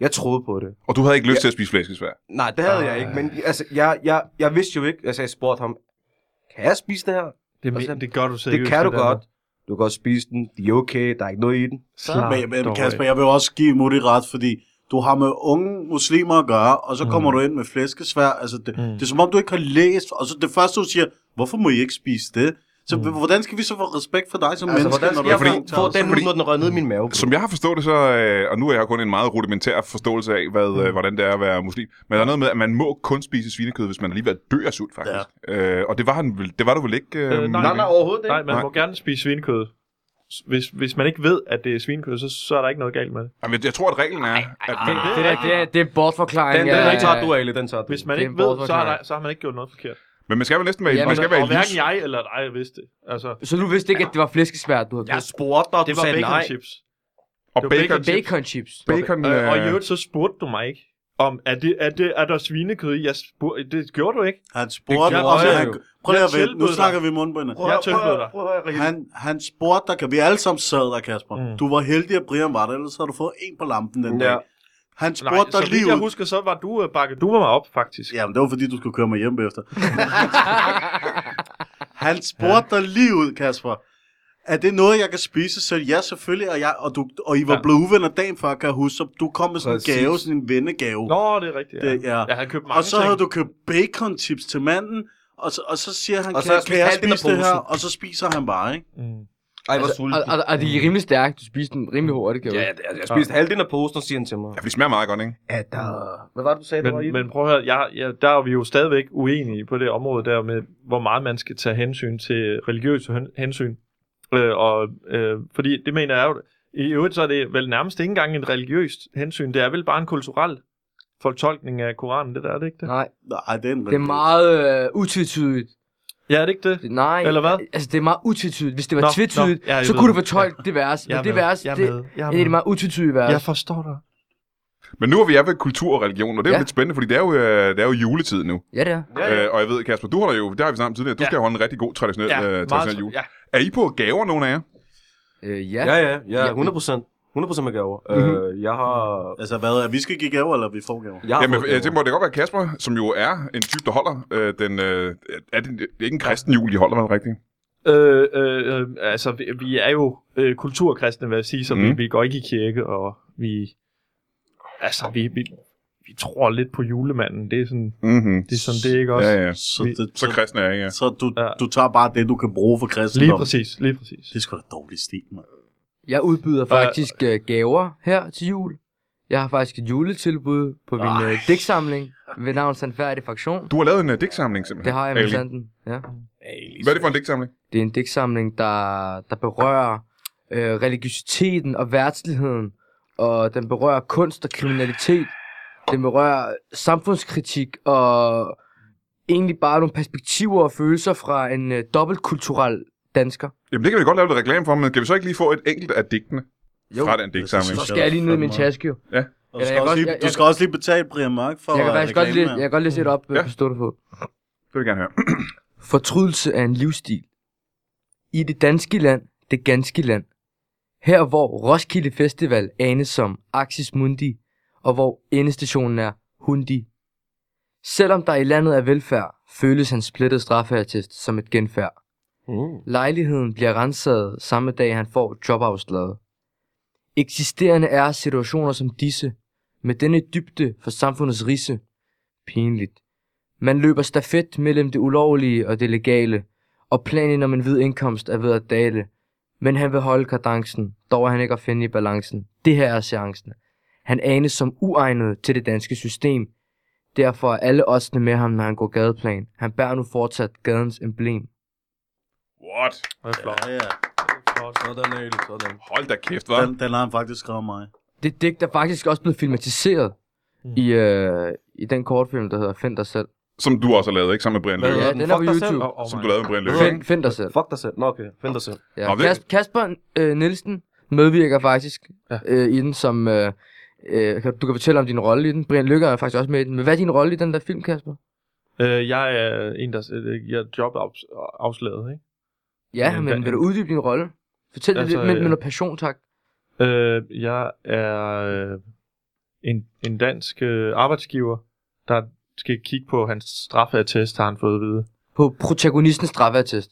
Jeg troede på det. Og du havde ikke lyst til at spise flæskesvær? Nej, det havde jeg Ej. ikke, men altså, jeg, jeg, jeg vidste jo ikke, altså jeg spurgte ham, kan jeg spise det her? Det, men, Altså, det gør du seriøst. Det kan du der godt. med. Du kan godt spise den, de er okay, der er ikke noget i den. Slap Men, men Ah, dog Kasper, af. jeg vil også give Mutti ret, fordi du har med unge muslimer at gøre, og så kommer Mm. du ind med flæskesvær. Altså, det, Mm. det er som om, du ikke har læst, og så det første, du siger, hvorfor må I ikke spise det? Så mm. hvordan skal vi så få respekt for dig Altså, som altså, menneske, hvordan når skal du jeg er fordi- fordi, få- få den ud, når den rører ned i min mave? Som jeg har forstået det, så, øh, og nu er jeg kun en meget rudimentær forståelse af, hvad, Mhm. mm. øh, hvordan det er at være muslim, men der er noget med, at man må kun spise svinekød, hvis man alligevel dør af sult, faktisk. Ja. Øh, og det var, han, vel- det var du vel ikke? Øh, Øh, nej, Mikkel? nej, overhovedet Nej, man Nej. må gerne spise svinekød. S- Hvis, hvis man ikke ved, at det er svinekød, så, så er der ikke noget galt med det. Jamen, jeg- jeg tror, at reglen er, at man, Det, der, det, er, det er bortforklaring. Den, den, af- den tager du, Ali, den tager du. Hvis man Det er ikke en ved, så, er bortforklaring. der, så har man ikke gjort noget forkert. men man skal vel næsten være, ja, Jamen, man skal og være i hverken livs. jeg eller dig vidste det. Altså, Så du vidste ikke, at det var flæskesvær, du havde Jeg fået? spurgte dig, og det du var sagde bacon nej. chips. Og Det var bacon. bacon- Bacon chips. bacon Øh, og i øh, øvrigt, så spurgte du mig ikke, om er, det, er, det, er der svinekød i? Jeg spurgte, det gjorde du ikke. Han spurgte, gjorde om jeg han... jo. Prøv lige Jeg at vente, nu tilbød snakker vi i mundbindet. Jeg tilbød dig. Han, han spurgte dig, kan vi alle sammen sad der, Kasper. Mm. Mm. Du var heldig, at Brian var der, ellers havde du fået en på lampen den Ja. dag. Han Nej, spurgte så dig vidt lige jeg ud. husker, så var du øh, bakket du var mig op, faktisk. Jamen, det var fordi, du skulle køre mig hjem efter. han spurgte dig lige ud, Kasper. Er det noget, jeg kan spise? Så ja, selvfølgelig. Og, jeg, og, du, og I var Ja. ja. blevet uvenner dagen før, kan jeg huske. Så du kom med sådan en Præcis. gave, sådan en vennegave. Nå, det er rigtigt. Det- ja. Jeg havde købt mange og så ting. havde du købt bacon chips til manden. Og så, og så siger han, Og og så kan, spiste kan jeg halvdelen af spise det her? posen. Og så spiser han bare, ikke? Mm. Ej, hvor Altså, sulten. og, og, og de er rimelig stærke. Du spiste den rimelig hurtigt, kan jeg Ja, huske. jeg, jeg spiste halvdelen af posen, og siger han til mig. Ja, for de smager meget godt, ikke? Ja, der... Hvad var det, du sagde, der var i? Men, men prøv at høre, jeg, jeg, der er vi jo stadigvæk uenige på det område der med, hvor meget man skal tage hensyn til religiøse hen- hensyn. Øh, og, øh, fordi det mener jeg jo, i øvrigt så er det vel nærmest ikke engang en religiøst hensyn, det er vel bare en kulturel fortolkning af Koranen, det der er det ikke det? Nej, Nej, det er en det er meget øh, utvetydigt. Ja, er det ikke det? Nej, Eller hvad? altså det er meget utvetydigt. Hvis det Nå, var tvetydigt, nå, ja, jeg så ved kunne du det. fortolke det vers. Jeg er Men det med, vers, jeg er det med, jeg er er et af de med. meget utvetydigt vers. Jeg forstår dig. Men nu er vi er ved kultur og religion, og det er jo Ja. lidt spændende, fordi det er jo, øh, det er jo juletid nu. Ja, det er. Ja, ja. Øh, og jeg ved, Kasper, du holder jo, det har vi snakket om tidligere, du Ja. skal jo holde en rigtig god traditionel, Ja, øh, meget traditionel så- jul. ja. Er I på gaver, nogen af jer? Øh, ja. Ja, ja, ja, Ja. 100 procent. 100 procent med gaver. Øh, jeg har... Altså, hvad er vi skal give gaver, eller vi får gaver? Jeg har Jamen, fået jeg tænker gaver. på, det kan godt være Kasper, som jo er en type, der holder øh, den... Øh, er det, det er ikke en kristen jul, I holder, vel rigtigt? Øh, øh, øh, altså, vi, vi er jo øh, kulturkristne, vil jeg sige, så mm. vi, Mm. vi går ikke i kirke, og vi... Altså, vi, vi, vi tror lidt på julemanden. Det er sådan, Mm-hmm. det, er sådan, det er ikke også? Ja, ja. Så, Vi- det, Så kristen er jeg, ja. Så du, Ja. ja. du tager bare det, du kan bruge for kristendom. Lige præcis, lige præcis. Det er sgu da dårlig stil, mand. Jeg udbyder faktisk øh, gaver her til jul. Jeg har faktisk et juletilbud på min øh, digtsamling ved navn Sandfærdig Faktion. Du har lavet en uh, digtsamling, simpelthen. Det har jeg med Ali. sanden. Ja. Hvad er det for en digtsamling? Det er en digtsamling, der, der berører øh, religiøsiteten og værtsligheden, og den berører kunst og kriminalitet. Den berører samfundskritik og egentlig bare nogle perspektiver og følelser fra en øh, dobbeltkulturel dansker. Jamen, det kan vi godt lave lidt reklame for, men kan vi så ikke lige få et enkelt af digtene Jo, fra den digtsamling? så skal jeg lige ned i min taske jo. Ja, Og du skal, jeg også, kan lige, godt- jeg- du jeg- skal også lige betale Brian Mark for Jeg kan at faktisk godt reklame lige, her. jeg kan godt lige sætte op øh, Ja. på stående fod. Det vil jeg gerne høre. Fortrydelse er en livsstil. I det danske land, det ganske land. Her hvor Roskilde Festival anes som Axis Mundi, og hvor endestationen er Hundi. Selvom der i landet er velfærd, føles hans splittede straffertest som et genfærd. Mm. Lejligheden bliver renset samme dag, han får jobafslaget. Eksisterende er situationer som disse, med denne dybde for samfundets risse. Pinligt. Man løber stafet mellem det ulovlige og det legale, og planen om en hvid indkomst er ved at dale. Men han vil holde kadencen, dog er han ikke at finde i balancen. Det her er seancen. Han anes som uegnet til det danske system. Derfor er alle oddsene med ham, når han går gadeplan. Han bærer nu fortsat gadens emblem. What? Det er flot. Ja, ja. Sådan, Ali, sådan. Hold da kæft, hva'? Den, den har han faktisk skrevet mig. Det digt er faktisk også blevet filmatiseret Mm. mm. i, øh, i den kortfilm, der hedder Find dig selv. Som du også har lavet, ikke? Sammen med Brian Hvad Løkke. hedder Ja, den? den er på Fuck dig selv. YouTube. Oh, oh Som my du lavede med Brian Løkke. Find, find dig selv. Fuck dig selv. Nå, okay. Find dig selv. Ja. Nå, det- Kas- Kasper øh, Nielsen medvirker faktisk Ja. ja. øh, i den som... Øh, øh, kan- du kan fortælle om din rolle i den. Brian Lykker er faktisk også med i den. Men hvad er din rolle i den der film, Kasper? Øh, jeg er en, der øh, jeg er jobafslaget, ikke? Ja, Øh, men hvad- vil du uddybe din rolle? Fortæl Altså, altså, lidt med, øh, med noget passion, tak. Øh, jeg er øh, en, en dansk øh, arbejdsgiver, der skal kigge på hans straffeattest, har han fået at vide. På protagonistens straffeattest.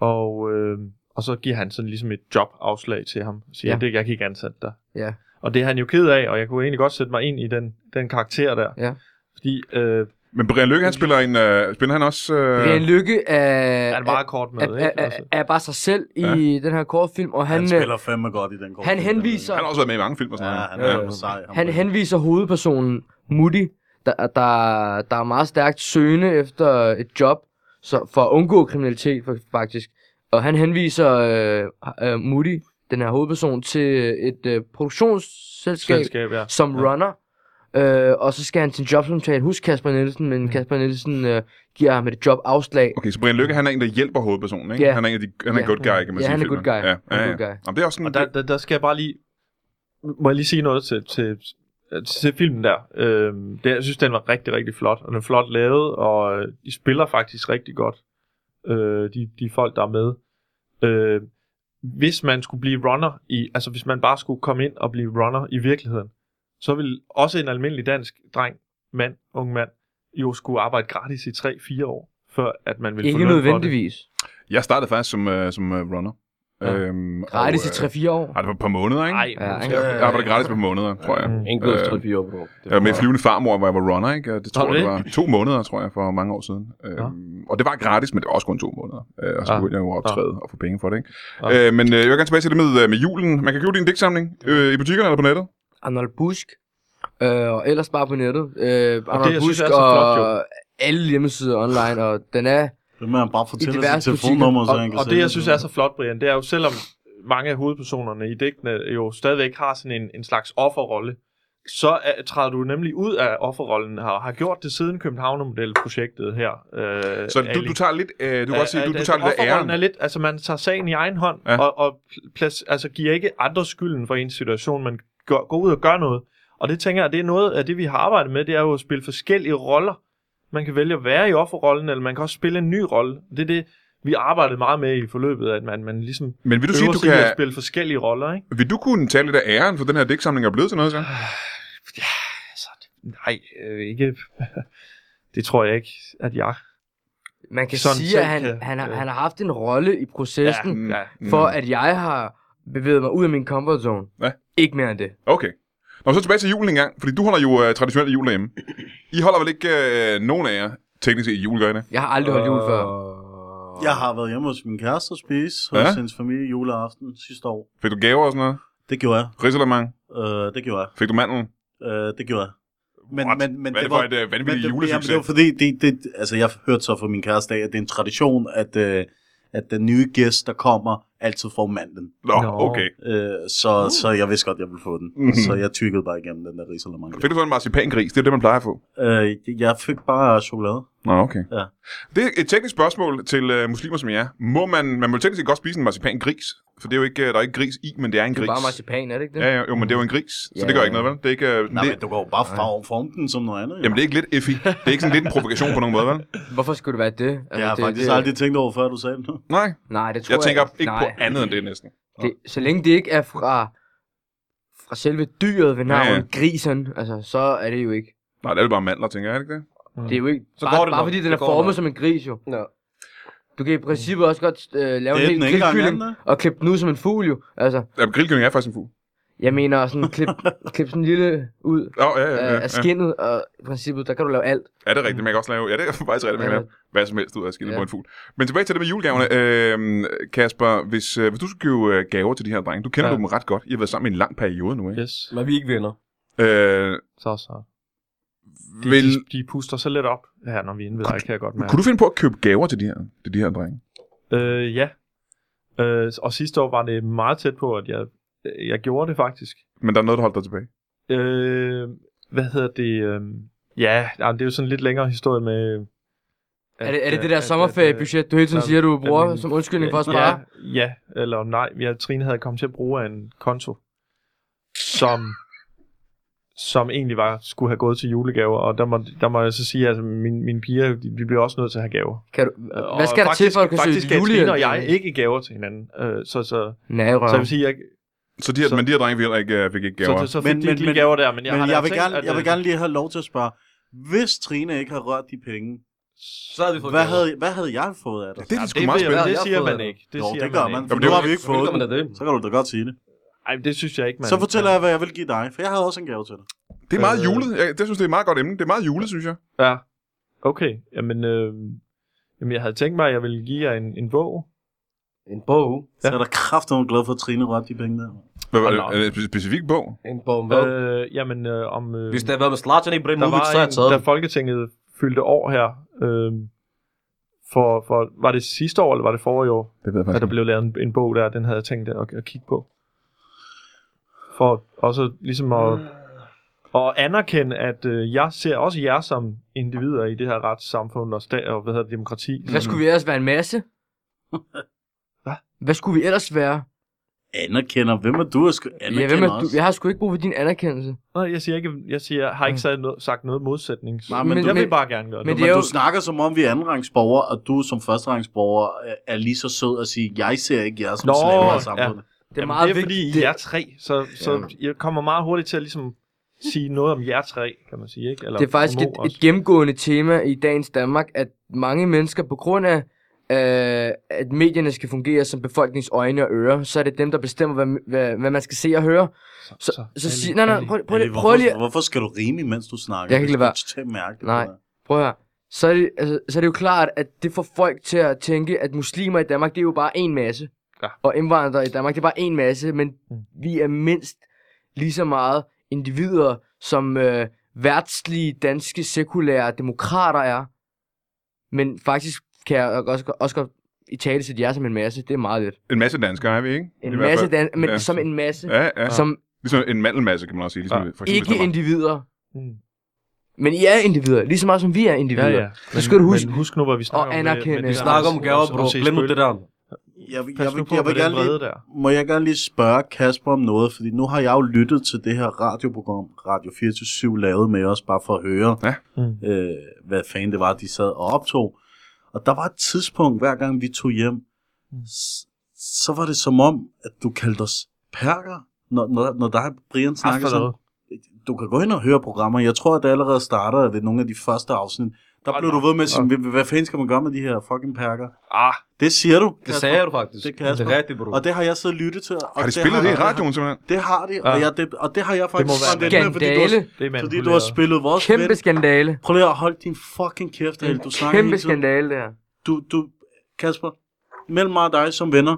Og, øh, og så giver han sådan ligesom et jobafslag til ham. og Siger, ja. Ja. det, jeg kan ikke ansætte dig. Ja. Og det er han jo ked af, og jeg kunne egentlig godt sætte mig ind i den, den karakter der. Ja. Fordi øh, Men Brian Lykke, han spiller en... Øh, spiller han også... Øh, Brian Lykke er, Er det meget kort med, er, er, ikke? er, Altså. er bare sig selv i Ja. den her kortfilm, og han, øh, Han han, spiller fandme godt i den kort. han film, den henviser- Øh, er. han har også været med i mange film og sådan Ja, noget. han Ja, er ja. jo sej. han henviser hovedpersonen, Moody, der, der, der er meget stærkt søgende efter et job så, for at undgå kriminalitet fa- faktisk. Og han henviser øh, øh, Moody, den her hovedperson, til et øh, produktionsselskab, Selskab, ja. som ja. runner. Øh, og så skal han til en jobsamtale hos Kasper Nielsen, Mm. men Kasper Nielsen øh, giver ham et job afslag. Okay, så Brian Lykke, han er en, der hjælper hovedpersonen, ikke? Ja. Han er en af de, han er Ja. en good guy, kan man Ja, sige. i han er good filmen. guy. Ja, Han er ja, ja. good guy. Jamen, det er også sådan... Og der, der, der skal jeg bare lige... Må jeg lige sige noget til, til, til filmen der? Øhm, det, jeg synes, den var rigtig, rigtig flot. Og den er flot lavet, og øh, de spiller faktisk rigtig godt. Øh, de, de folk, der er med. Øh, hvis man skulle blive runner i... Altså, hvis man bare skulle komme ind og blive runner i virkeligheden, så ville også en almindelig dansk dreng, mand, ung mand, jo skulle arbejde gratis i 3-4 år, før at man ville få Ikke løn for det. nødvendigvis. Jeg startede faktisk som, øh, som øh, runner. Ja. Øhm, Gratis og, i øh, 3-4 år. Ej, det var et par måneder, ikke? Nej, Ja, men- ikke? Jeg arbejdede gratis på måneder, tror jeg. øh, Mm. En god Øh, strategi op på. Jeg var med i Flyvende Farmor, hvor jeg var runner, ikke? Og Det tror Var jeg, du det var to måneder, tror jeg, for mange år siden. Øhm, og det var gratis, men det var også kun to måneder. Øh, og så Ah. begyndte jeg jo at optræde og få penge for det, ikke? Ah. Øh, men øh, jeg vil gerne tilbage til det med, øh, med julen. Man kan købe din digtsamling øh, i butikkerne eller på nettet. Arnold Busk. Øh, og ellers bare på nettet. Øh, Arnold jeg synes, Busk er så flot, jo. og alle hjemmesider online, og den er... Det må han bare fortælle os sit diverse butikker. telefonnummer, så og, han kan og sælge det, jeg synes er så flot, Brian, det er jo, selvom mange af hovedpersonerne i digtene jo stadigvæk har sådan en, en slags offerrolle, så er, træder du nemlig ud af offerrollen her, og har gjort det siden Københavnermodelprojektet her. Øh, Så du, du tager lidt, øh, du kan godt sige, du, du tager lidt af æren. æren. er lidt, altså man tager sagen i egen hånd, Ja. ja. og, og plads, altså, giver ikke andre skylden for ens situation, men går, går ud og gør noget. Og det tænker jeg, det er noget af det, vi har arbejdet med, det er jo at spille forskellige roller. Man kan vælge at være i offerrollen, eller man kan også spille en ny rolle. Det er det, vi arbejdede meget med i forløbet, at man, man ligesom Men vil du sige, øver du sig i at kan, spille forskellige roller, ikke? vil du kunne tage lidt af æren for den her digtsamling er blevet til noget, så? Altså, det, nej, øh, [laughs] ikke... det tror jeg ikke, at jeg... Man kan Sådan Sådan sige, selv at han, kan- han, har, ja. han har haft en rolle i processen, Mm, ja. mm. for at jeg har bevæget mig ud af min comfort zone. Ja. Ikke mere end det. Okay. Nå, så tilbage til julen engang, fordi du holder jo øh, traditionelt jul derhjemme. I holder vel ikke øh, nogen af jer teknisk set i jul, gør I det? Jeg har aldrig holdt jul før. Øh, Jeg har været hjemme hos min kæreste og spise hos Ja. ja. hendes familie juleaften sidste år. Fik du gaver og sådan noget? Det gjorde jeg. Ridsalermang? Øh, det gjorde jeg. Fik du mandlen? Øh, det gjorde jeg. Men, What? men, men Hvad er det for et øh, men vanvittigt det, jamen, det var julesucces? fordi, det, det, altså jeg hørte så fra min kæreste af, at det er en tradition, at, øh, at den nye gæst, der kommer, altid får mandlen. Nå, Nå. okay. Øh, så, så jeg vidste godt, jeg ville få den. Uh. Mhm. Så jeg tykkede bare igennem den der risalamande. Fik du så en marcipangris? Det er det, man plejer at få. Øh, jeg fik bare chokolade. Nå, okay. Ja. Det er et teknisk spørgsmål til øh, muslimer som jer. Må man, man må jo teknisk set godt spise en marcipangris, for det er jo ikke, øh, der er ikke gris i, men det er en Det er gris. bare marcipan, er det ikke det? Ja, ja, jo, men det er jo en gris, så Ja, det gør ja, ikke noget, vel? Det er ikke, øh, Nej, det, men du kan jo bare farve forme den som noget andet. jo. jamen, det er ikke lidt effi. Det er ikke sådan lidt en provokation på nogen måde, vel? Hvorfor skulle det være det? Altså, jeg har det, faktisk det, aldrig tænkt over, før du sagde det nu. Nej, Nej, det tror jeg jeg, tænker ikke nej. på andet end det næsten. Det, så længe det ikke er fra, fra selve dyret, ved navn Ja, ja, ja. ja. grisen, altså, så er det jo ikke. Nej, det er jo bare mandler, tænker jeg, er det ikke det? Mm. Det er jo ikke Så så bare, går det bare nok. fordi den Det er går formet nok. som en gris jo. Ja. Du kan i princippet også godt øh, lave Det er en den hel ikke engang grillkylling anden, og klippe den ud som en fugl jo. Altså, Ja, grillkylling er faktisk en fugl. jeg mener sådan [laughs] klip, klip sådan en lille ud Oh, ja, ja, Øh, ja, af, af ja. skindet, og i princippet, der kan du lave alt. Er det rigtigt? Man kan også lave... Ja, det er faktisk rigtigt, man kan Ja. lave hvad som helst ud af skinnet ja. Ja. på en fugl. Men tilbage til det med julegaverne. Øhm, Kasper, hvis, øh, hvis du skulle købe øh, gaver til de her drenge, du kender ja. Ja. dem ret godt. I har været sammen i en lang periode nu, ikke? Yes, Men vi er ikke venner. Ja. Øh, så så. De, vil, de, de puster så lidt op her, når vi indveder, kan jeg godt mærke. kunne du finde på at købe gaver til de her, til de her drenge? Øh, ja. Øh, og sidste år var det meget tæt på, at jeg, jeg gjorde det faktisk. Men der er noget, der holdt dig tilbage. Øh, hvad hedder det? Øh, ja, nej, det er jo sådan en lidt længere historie med... Er det, er det det at- der at- sommerferiebudget, du hele tiden der- siger, du der bruger min- som undskyldning for at Ja, spare? Ja, eller nej. Jeg, Trine havde kommet til at bruge af en konto, som som egentlig var, skulle have gået til julegaver, og der må, der må jeg så sige, at altså, min, mine piger, de, de bliver også nødt til at have gaver. Kan du, Og hvad skal der til, faktisk- for at du kan Faktisk søge skal juli? Trine og jeg ikke gaver til hinanden, øh, så, så, Nærøv. så jeg vil sige, jeg, Så de her, Så- men de her drenge vi heller ikke, øh, fik ikke så, gaver. så, så fik Men- men, de men- ikke lige men- gaver der, men jeg har Men da jeg vil, tænkt, gerne, at, jeg vil øh, gerne lige have lov til at spørge. Hvis Trine ikke har rørt de penge, Så havde vi fået hvad gaver. havde, hvad havde jeg fået af dig? det er Jamen, de sgu det meget ved spændende. jeg- spændende. Det siger Jeg har man fået- ikke. Det Jo, siger det gør man man, ikke. for Jamen, nu det var- har vi ikke Selvfølgelig fået gør man den. da det. Så kan du da godt sige det. Ej, det synes jeg ikke, man... Så fortæller jeg, hvad jeg vil give dig, for jeg havde også en gave til dig. Det er meget Øh. julet. Jeg, det synes, det er et meget godt emne. Det er meget julet, synes jeg. Ja. Okay, jamen, øh, jamen jeg havde tænkt mig, at jeg ville give jer en, en bog. En bog. Så er der kraftedeme glad for, at Trine rørte de penge der. Hvad var Hold det? da op. Er det en specifik bog? En bog med. Øh, Øh, jamen, øh, om... Øh, Hvis det havde været med Slatjan i der Brindmovic, så havde jeg var taget en, den. da Folketinget fyldte år her, øh, for, for, var det sidste år, eller var det forrige år, Det ved jeg at der blev lavet en, en bog der, den havde jeg tænkt at, at kigge på. For også ligesom at, at anerkende, at øh, jeg ser også jer som individer i det her retssamfund og, sta- og hvad hedder det, demokrati. Hvad skulle vi ellers være en masse? Hvad? Hvad skulle vi ellers være? Anerkender. Hvem er du? Jeg skal Ja, anerkende hvem er, os. du, jeg har sgu ikke brug for din anerkendelse. Nej, jeg siger ikke, jeg siger, jeg har ikke sagt noget, sagt noget modsætning. Nej, men jeg du- vil Mm. men- bare gerne gøre men det. Men det er du jo- snakker som om, vi er andenrangsborgere, og du som førsterangsborger er- er lige så sød at sige, jeg ser ikke jer som Nå, slaver i samfundet. Det er meget det er vigtigt. fordi, I er tre, så, så jeg kommer meget hurtigt til at ligesom sige noget om jer tre, kan man sige. Ikke? Eller Det er faktisk om et, Mo et også. gennemgående tema i dagens Danmark, at mange mennesker på grund af, øh, at medierne skal fungere som befolkningens øjne og ører, så er det dem, der bestemmer, hvad, hvad, hvad man skal se og høre. Så, så, så sig, nej, nej, prøv, prøv, Eller lige- prøv, lige, hvorfor, hvorfor skal du rime, mens du snakker? Jeg kan ikke lade være. Det er mærke det Nej. der. prøv at høre. Så er, det, altså, så er det jo klart, at det får folk til at tænke, at muslimer i Danmark, det er jo bare en masse. Ja. Og indvandrere i Danmark, det er bare en masse, men Mm. vi er mindst lige så meget individer, som øh, værtslige danske sekulære demokrater er. Men faktisk kan jeg også, også godt i tale sætte jer som en masse. Det er meget lidt. En masse danskere er vi, ikke? I En hvert masse, fald. dan- men Ja. som en masse. Ja, ja. Som Ligesom en mandelmasse, kan man også sige. Ligesom, Ja. for eksempel, ikke hvis der var- individer. Mm. Men I er individer, lige så meget som vi er individer. Ja, ja. Det skal du huske. Men husk nu, hvad vi snakker om. anerkende. med- med Vi det der Snak om med- gaver, og- bro. og se Glem nu spøg. det der. Jeg, vil- jeg, Pas nu vil, på, jeg med vil den gerne vrede lige, der. må jeg gerne lige spørge Kasper om noget, fordi nu har jeg jo lyttet til det her radioprogram, Radio 24 lavede med os, bare for at høre, Ja. Mm. øh, hvad fanden det var, de sad og optog. Og der var et tidspunkt, hver gang vi tog hjem, s- så var det som om, at du kaldte os perker, når, når, når dig og Brian snakkede Afterlad. sammen. Du kan gå ind og høre programmer. Jeg tror, at det allerede starter ved nogle af de første afsnit. Der blev du ved med at sige, "Hvad- hvad fanden skal man gøre med de her fucking perker? Ah, Det siger du. Det Kasper. sagde jeg du faktisk. Det er Kasper. Det er rigtigt, bro. Og det har jeg siddet og lyttet til. Og Har de spillet det i har- radioen, simpelthen? Det har de, Ja. og, jeg, det, og det har jeg faktisk må være det det skandale. er fordi du har manipuleret. spillet vores Kæmpe ven. skandale. Prøv lige at holde din fucking kæft, Held. Du snakker Kæmpe hele tiden. skandale, det her. Du, du, Kasper, mellem mig og dig som venner,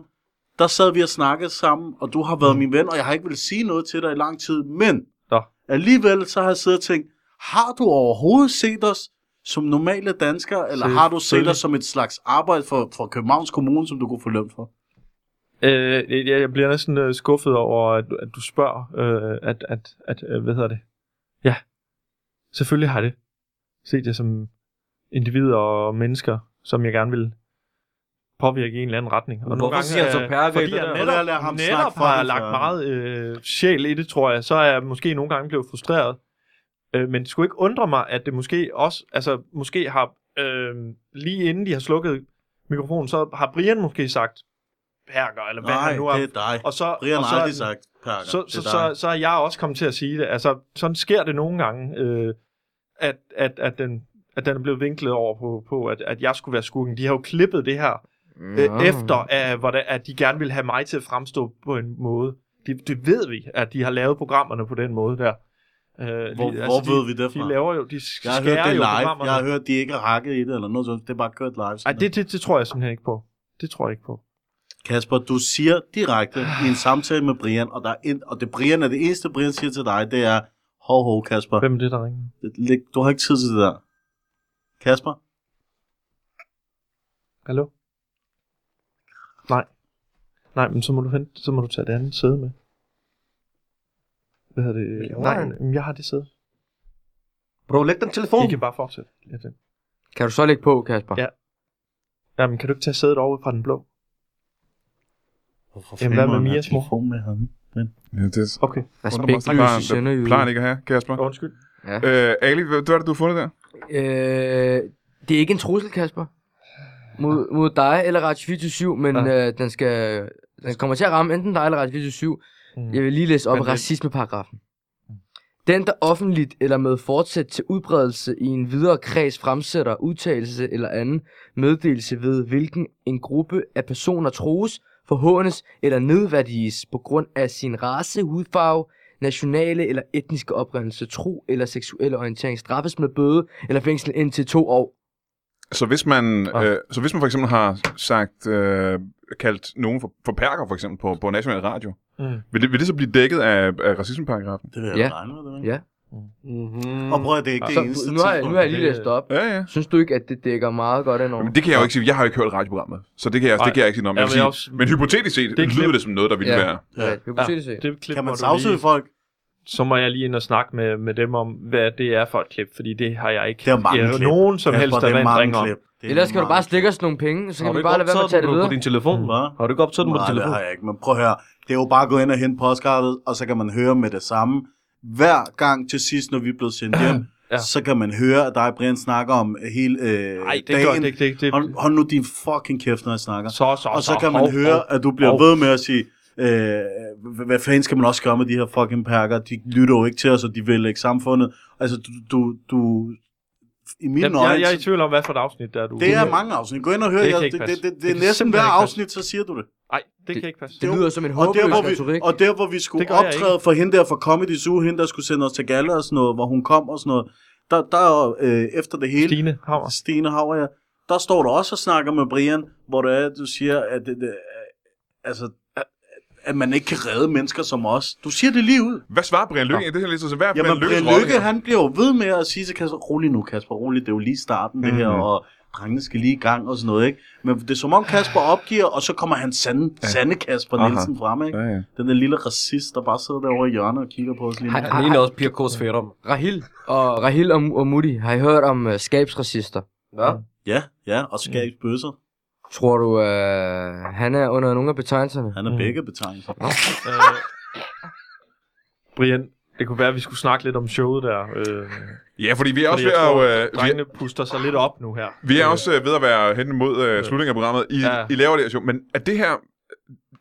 der sad vi og snakkede sammen, og du har været min ven, og jeg har ikke vil sige noget til dig i lang tid, men Mm. Nå. alligevel så har jeg siddet og tænkt, har du overhovedet set os som normale danskere, eller har du set Selvfølgelig. os som et slags arbejde for, for Københavns Kommune, som du kunne få løn for? Øh, jeg, jeg bliver næsten øh, skuffet over, at, du- at du spørger, øh, at, at, at øh, hvad hedder det? Ja, selvfølgelig har det. Set jer som individer og mennesker, som jeg gerne vil påvirke i en eller anden retning. Og Hvorfor siger han så øh, perker i fordi det jeg der? Prøv lige netop, at lade ham netop snakke for har jeg ham, lagt så- meget øh, sjæl i det, tror jeg, så er jeg måske nogle gange blevet frustreret. Øh, men det skulle ikke undre mig, at det måske også, altså måske har, øh, lige inden de har slukket mikrofonen, så har Brian måske sagt, perker, eller hvad Nej, han nu har det er dig. og så, Brian og har så, aldrig sagt, Perker, så, så, det er så, dig. så er jeg også kommet til at sige det. Altså, sådan sker det nogle gange, øh, at, at, at, den, at den er blevet vinklet over på, på at, at jeg skulle være skurken. De har jo klippet det her øh, efter, at, hvordan, at de gerne ville have mig til at fremstå på en måde. Det, det ved vi, at de har lavet programmerne på den måde der. Øh, Hvor- de, hvor ved de, vi det fra? De laver jo, de sk- Jeg har hørt skærer det jo live. programmerne. Jeg har hørt, de ikke har hakket i det eller noget sådan. Det er bare kørt live. Ej, det, det, det tror jeg simpelthen ikke på. Det tror jeg ikke på. Kasper, du siger direkte i en samtale med Brian, og, der er en, og det Brian er det eneste, Brian siger til dig, det er, hov, hov, Kasper, Hvem er det, der ringer? Læg- du har ikke tid til det der. Kasper, Hallo? Nej. Nej, men så må du, hente, så må du tage det andet sæde med. Hvad hedder det? laver Nej, han? men jeg har det sæde. Bro, læg den telefon. I kan bare fortsætte. Ja, det. Kan du så lægge på, Kasper? Ja. Jamen, kan du ikke tage sædet over fra den blå? Hvorfor Jamen, hvad med fanden har Mias jeg telefon med ham? Men, Ja, det er- Okay. Respekt, Undrer mig, Jussi øh, det plejer- det plejer han ikke at have, Kasper. Undskyld. Øh, Ali, hvad hvad var det, du har fundet der? Øh, det er ikke en trussel, Kasper. Mod, mod dig eller Radio 24 men Ja. ja. øh, den, skal, den kommer til at ramme enten dig eller Radio 24 Mm. Jeg vil lige læse op Men Mm. af det- racismeparagrafen. Den, der offentligt eller med fortsæt til udbredelse i en videre kreds fremsætter udtalelse eller anden meddelelse ved, hvilken en gruppe af personer troes, forhånes eller nedværdiges på grund af sin race, hudfarve, nationale eller etniske oprindelse, tro eller seksuelle orientering straffes med bøde eller fængsel indtil to år. Så hvis man, Ah. øh, så hvis man for eksempel har sagt, øh, kaldt nogen for, for perker for eksempel på, på national radio, Mm. vil det, vil det så blive dækket af, af racismeparagrafen? Det vil jeg Ja. ja. regne med, det ikke? Ja. Mm-hmm. Mhm. Og prøv at det er ikke Så det eneste Så nu har, jeg, nu har jeg lige det- læst det op. Ja, ja. Synes du ikke, at det dækker meget godt ind over? Men det kan jeg jo ikke sige. Jeg har jo ikke hørt radioprogrammet, så det kan jeg, det Nej. kan jeg ikke sige noget om. Ja, Jeg vil men jeg sige, også- men hypotetisk set Det er det lyder klip. det som noget, der ville Ja. være. Ja, det kunne se det. Det klip, Kan må man du sagsøge lige- folk? så må jeg lige ind og snakke med, med dem om, hvad det er for et klip, fordi det har jeg ikke Det er mange jeg, klip. nogen som Kasper, helst det er mange erindring om. klip. Det er Ellers kan du mange bare stikke os nogle penge, så Har kan du vi ikke bare lade være med at optaget tage det den på- på videre. din telefon? klip. Hvad? Har du ikke optaget den på din Nej, det telefon? har jeg ikke. Men prøv at høre, det er jo bare at gå ind og hente postkartet, og så kan man høre med det samme. Hver gang til sidst, når vi er blevet sendt [clears throat] hjem, Ja. ja. så kan man høre, at dig og Brian snakker om hele øh, Nej, det dagen. gør det ikke. Det, det, Hold, hold nu din fucking kæft, når jeg snakker. så, så, Og så kan man hov, høre, hov. at du bliver hov. ved med at sige, øh, h- hvad fanden skal man også gøre med de her fucking perker? De lytter jo ikke til os, og de vil ikke samfundet. Altså, du... du, du I mine Jamen, øjne... jeg, jeg er i tvivl om, hvad for et afsnit der er du. det er mange afsnit. Gå ind og hør. Det Det, kan jeg, ikke det, det, passe. det, Det det, det kan er næsten simpelthen hver ikke passe. afsnit, så siger du det. Nej, det, kan ikke passe. Det jo- lyder som en Og der, håbløs hvor vi, retorik. og der, hvor vi skulle Det gør jeg optræde for hende der fra Comedy Zoo, hende der skulle sende os til gala og sådan noget, hvor hun kom og sådan noget, der, der øh, efter det hele, Stine Hammer. Stine Hauer, ja. Der står du også og snakker med Brian, hvor det er, du siger, at, det, det, altså, at, at man ikke kan redde mennesker som os. Du siger det lige ud. Hvad svarer Brian Lykke? Ja. Det her lige så så hvad er Jamen, Ah. Brian Lykkes Brian rolle Lykke, her? han bliver jo ved med at sige til Kasper, rolig nu Kasper, rolig, det er jo lige starten det her, Mhm. og drengene skal lige i gang og sådan noget, ikke? Men det er som om Kasper opgiver, og så kommer han sande, sande Kasper Aha. Nielsen frem, ikke? Ja, ja. Den der lille racist, der bare sidder derovre i hjørnet og kigger på os lige nu. Hej. Han ligner også Pia K's fætter. Rahil og, Rahil og, og Mutti, har I hørt om uh, skabsracister? Hvad? Ja, ja, og Mm. skab bøsser. Tror du, uh, han er under nogle af betegnelserne? Han er Mm. begge betegnelser. Øh, Brian, det kunne være, at vi skulle snakke lidt om showet der. ja, Øh, fordi vi er fordi også jeg ved at, tror, øh, at vi, drengene puster sig lidt op nu her. vi er også øh, ved at være hen mod øh, slutningen af programmet. I, Ja. I laver det her show, men at det her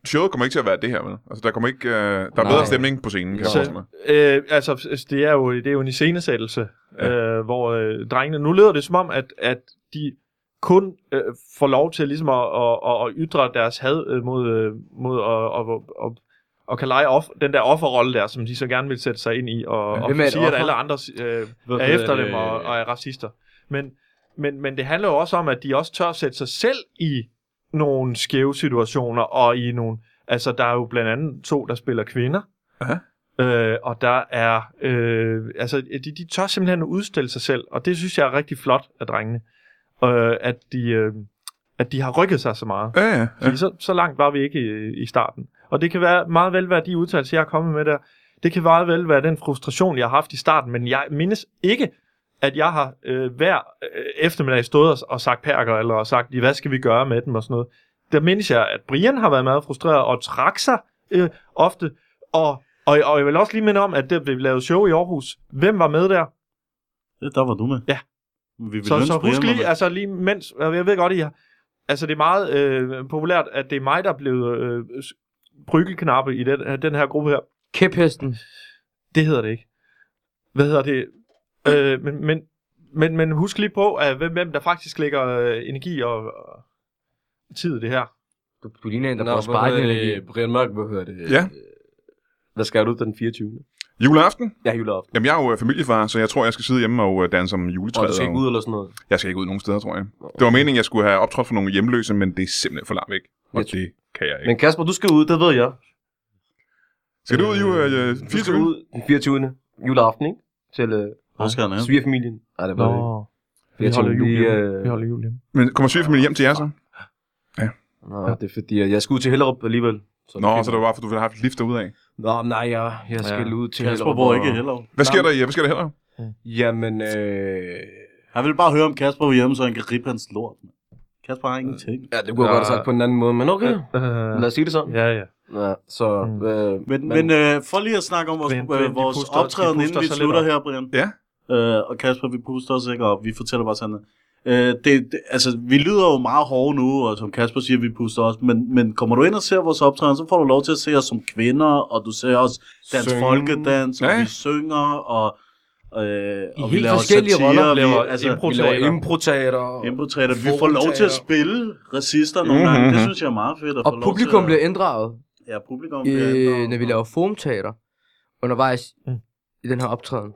showet kommer ikke til at være det her, vel? Altså der kommer ikke øh, der er Nej. bedre stemning på scenen, kan jeg Så- forestille mig. Øh, altså, s- det er jo, det er jo en iscenesættelse, Ja. ja. øh, hvor øh, drengene... Nu lyder det som om, at, at de kun øh, får lov til ligesom at, at, at, at ytre deres had øh, mod, øh, mod at, at, at, at, at kan lege off, den der offerrolle der, som de så gerne vil sætte sig ind i, og, og Hvem er et sige, at offer? alle andre øh, Hvad er hedder efter det? dem og, og er racister. Men, men, men det handler jo også om, at de også tør at sætte sig selv i nogle skæve situationer, og i nogle... Altså, der er jo blandt andet to, der spiller kvinder. Aha. Øh, og der er... Øh, altså, de, de tør simpelthen at udstille sig selv, og det synes jeg er rigtig flot af drengene. Øh, at, de, øh, at de har rykket sig så meget. Ja, ja. Fordi så, så langt var vi ikke i, i starten. Og det kan være, meget vel være de udtalelser, jeg er kommet med der. Det kan meget vel være den frustration, jeg har haft i starten, men jeg mindes ikke, at jeg har øh, hver øh, eftermiddag stået og, og sagt perker, eller og sagt, hvad skal vi gøre med dem og sådan noget. Der mindes jeg, at Brian har været meget frustreret og trak sig øh, ofte. Og, og, og jeg vil også lige minde om, at det blev lavet show i Aarhus. Hvem var med der? Det, der var du med. Ja. Vi vil Så, lønse så husk Brian, lige, at... altså lige mens, og jeg ved godt, I har, altså det er meget øh, populært, at det er mig, der er blevet øh, s- prygelknappe i den, den her gruppe her. Kæphesten. Det hedder det ikke. Hvad hedder det? Øh, men, men, men, men husk lige på, at hvem, hvem der faktisk lægger øh, energi og, og tid i det her. Du, du ligner en, der Nå, prøver at hvad spare din hedder energi. det? Brian Mørk, hvad hedder det? Øh, Ja. Hvad skal du den 24. Juleaften? Ja, juleaften. Jamen, jeg er jo øh, familiefar, så jeg tror, jeg skal sidde hjemme og øh, danse om Og juletræet. du skal ikke ud eller sådan noget. Jeg skal ikke ud nogen steder, tror jeg. Det var meningen, jeg skulle have optrådt for nogle hjemløse, men det er simpelthen for langt væk. Og Jeg tror- det kan jeg ikke. Men Kasper, du skal ud, det ved jeg. skal du ud i øh, øh, Du skal 24? ud den 24. juleaften, ikke? Til øh, Hvor skal han hen? svigerfamilien. Nej, det var det ikke. vi Jeg holder tænkte, jul vi, hjemme. øh, Vi holder jul hjemme. Men kommer svigerfamilien hjem til jer så? øh, Nå, det er fordi, at jeg skal ud til Hellerup alligevel. Så det er Nå, fint. så det var bare, for du ville have haft et lift derude af. Nå, nej, jeg, jeg skal Ja. ja. ud til Kasper Hellerup bor og- ikke i Hellerup. Hvad sker Nej. der i? Hvad sker der heller? Jamen, øh... Han vil bare høre, om Kasper var hjemme, så han kan rippe hans lort. mand. Kasper har Øh. ingenting. Ja, det kunne jeg Ja. godt have sagt på en anden måde, men okay. Lad Øh, os sige det sådan. ja, ja. Ja, så... Mm. Øh, Men, men, men øh, for lige at snakke om vores, Brian, Brian, Brian, øh, de vores puster- puster, de optræden, puster inden vi sig lidt slutter op. her, Brian. Ja. Øh, og Kasper, vi puster os ikke op. Vi fortæller bare sandheden. Øh, det, det, altså, vi lyder jo meget hårde nu, og som Kasper siger, vi puster os. Men, men kommer du ind og ser vores optræden, så får du lov til at se os som kvinder, og du ser os danse Synge. folkedans, og Ja. vi synger, og, øh, og vi helt laver forskellige satire. roller. Laver vi, altså, impro- vi laver improteater. improteater. Vi får lov til at spille racister nogle gange. Mhm. Det synes jeg er meget fedt at få Og lov til publikum at- bliver inddraget, Ja, publikum øh, bliver... når vi laver formteater. undervejs Mm. mm. i den her optræden.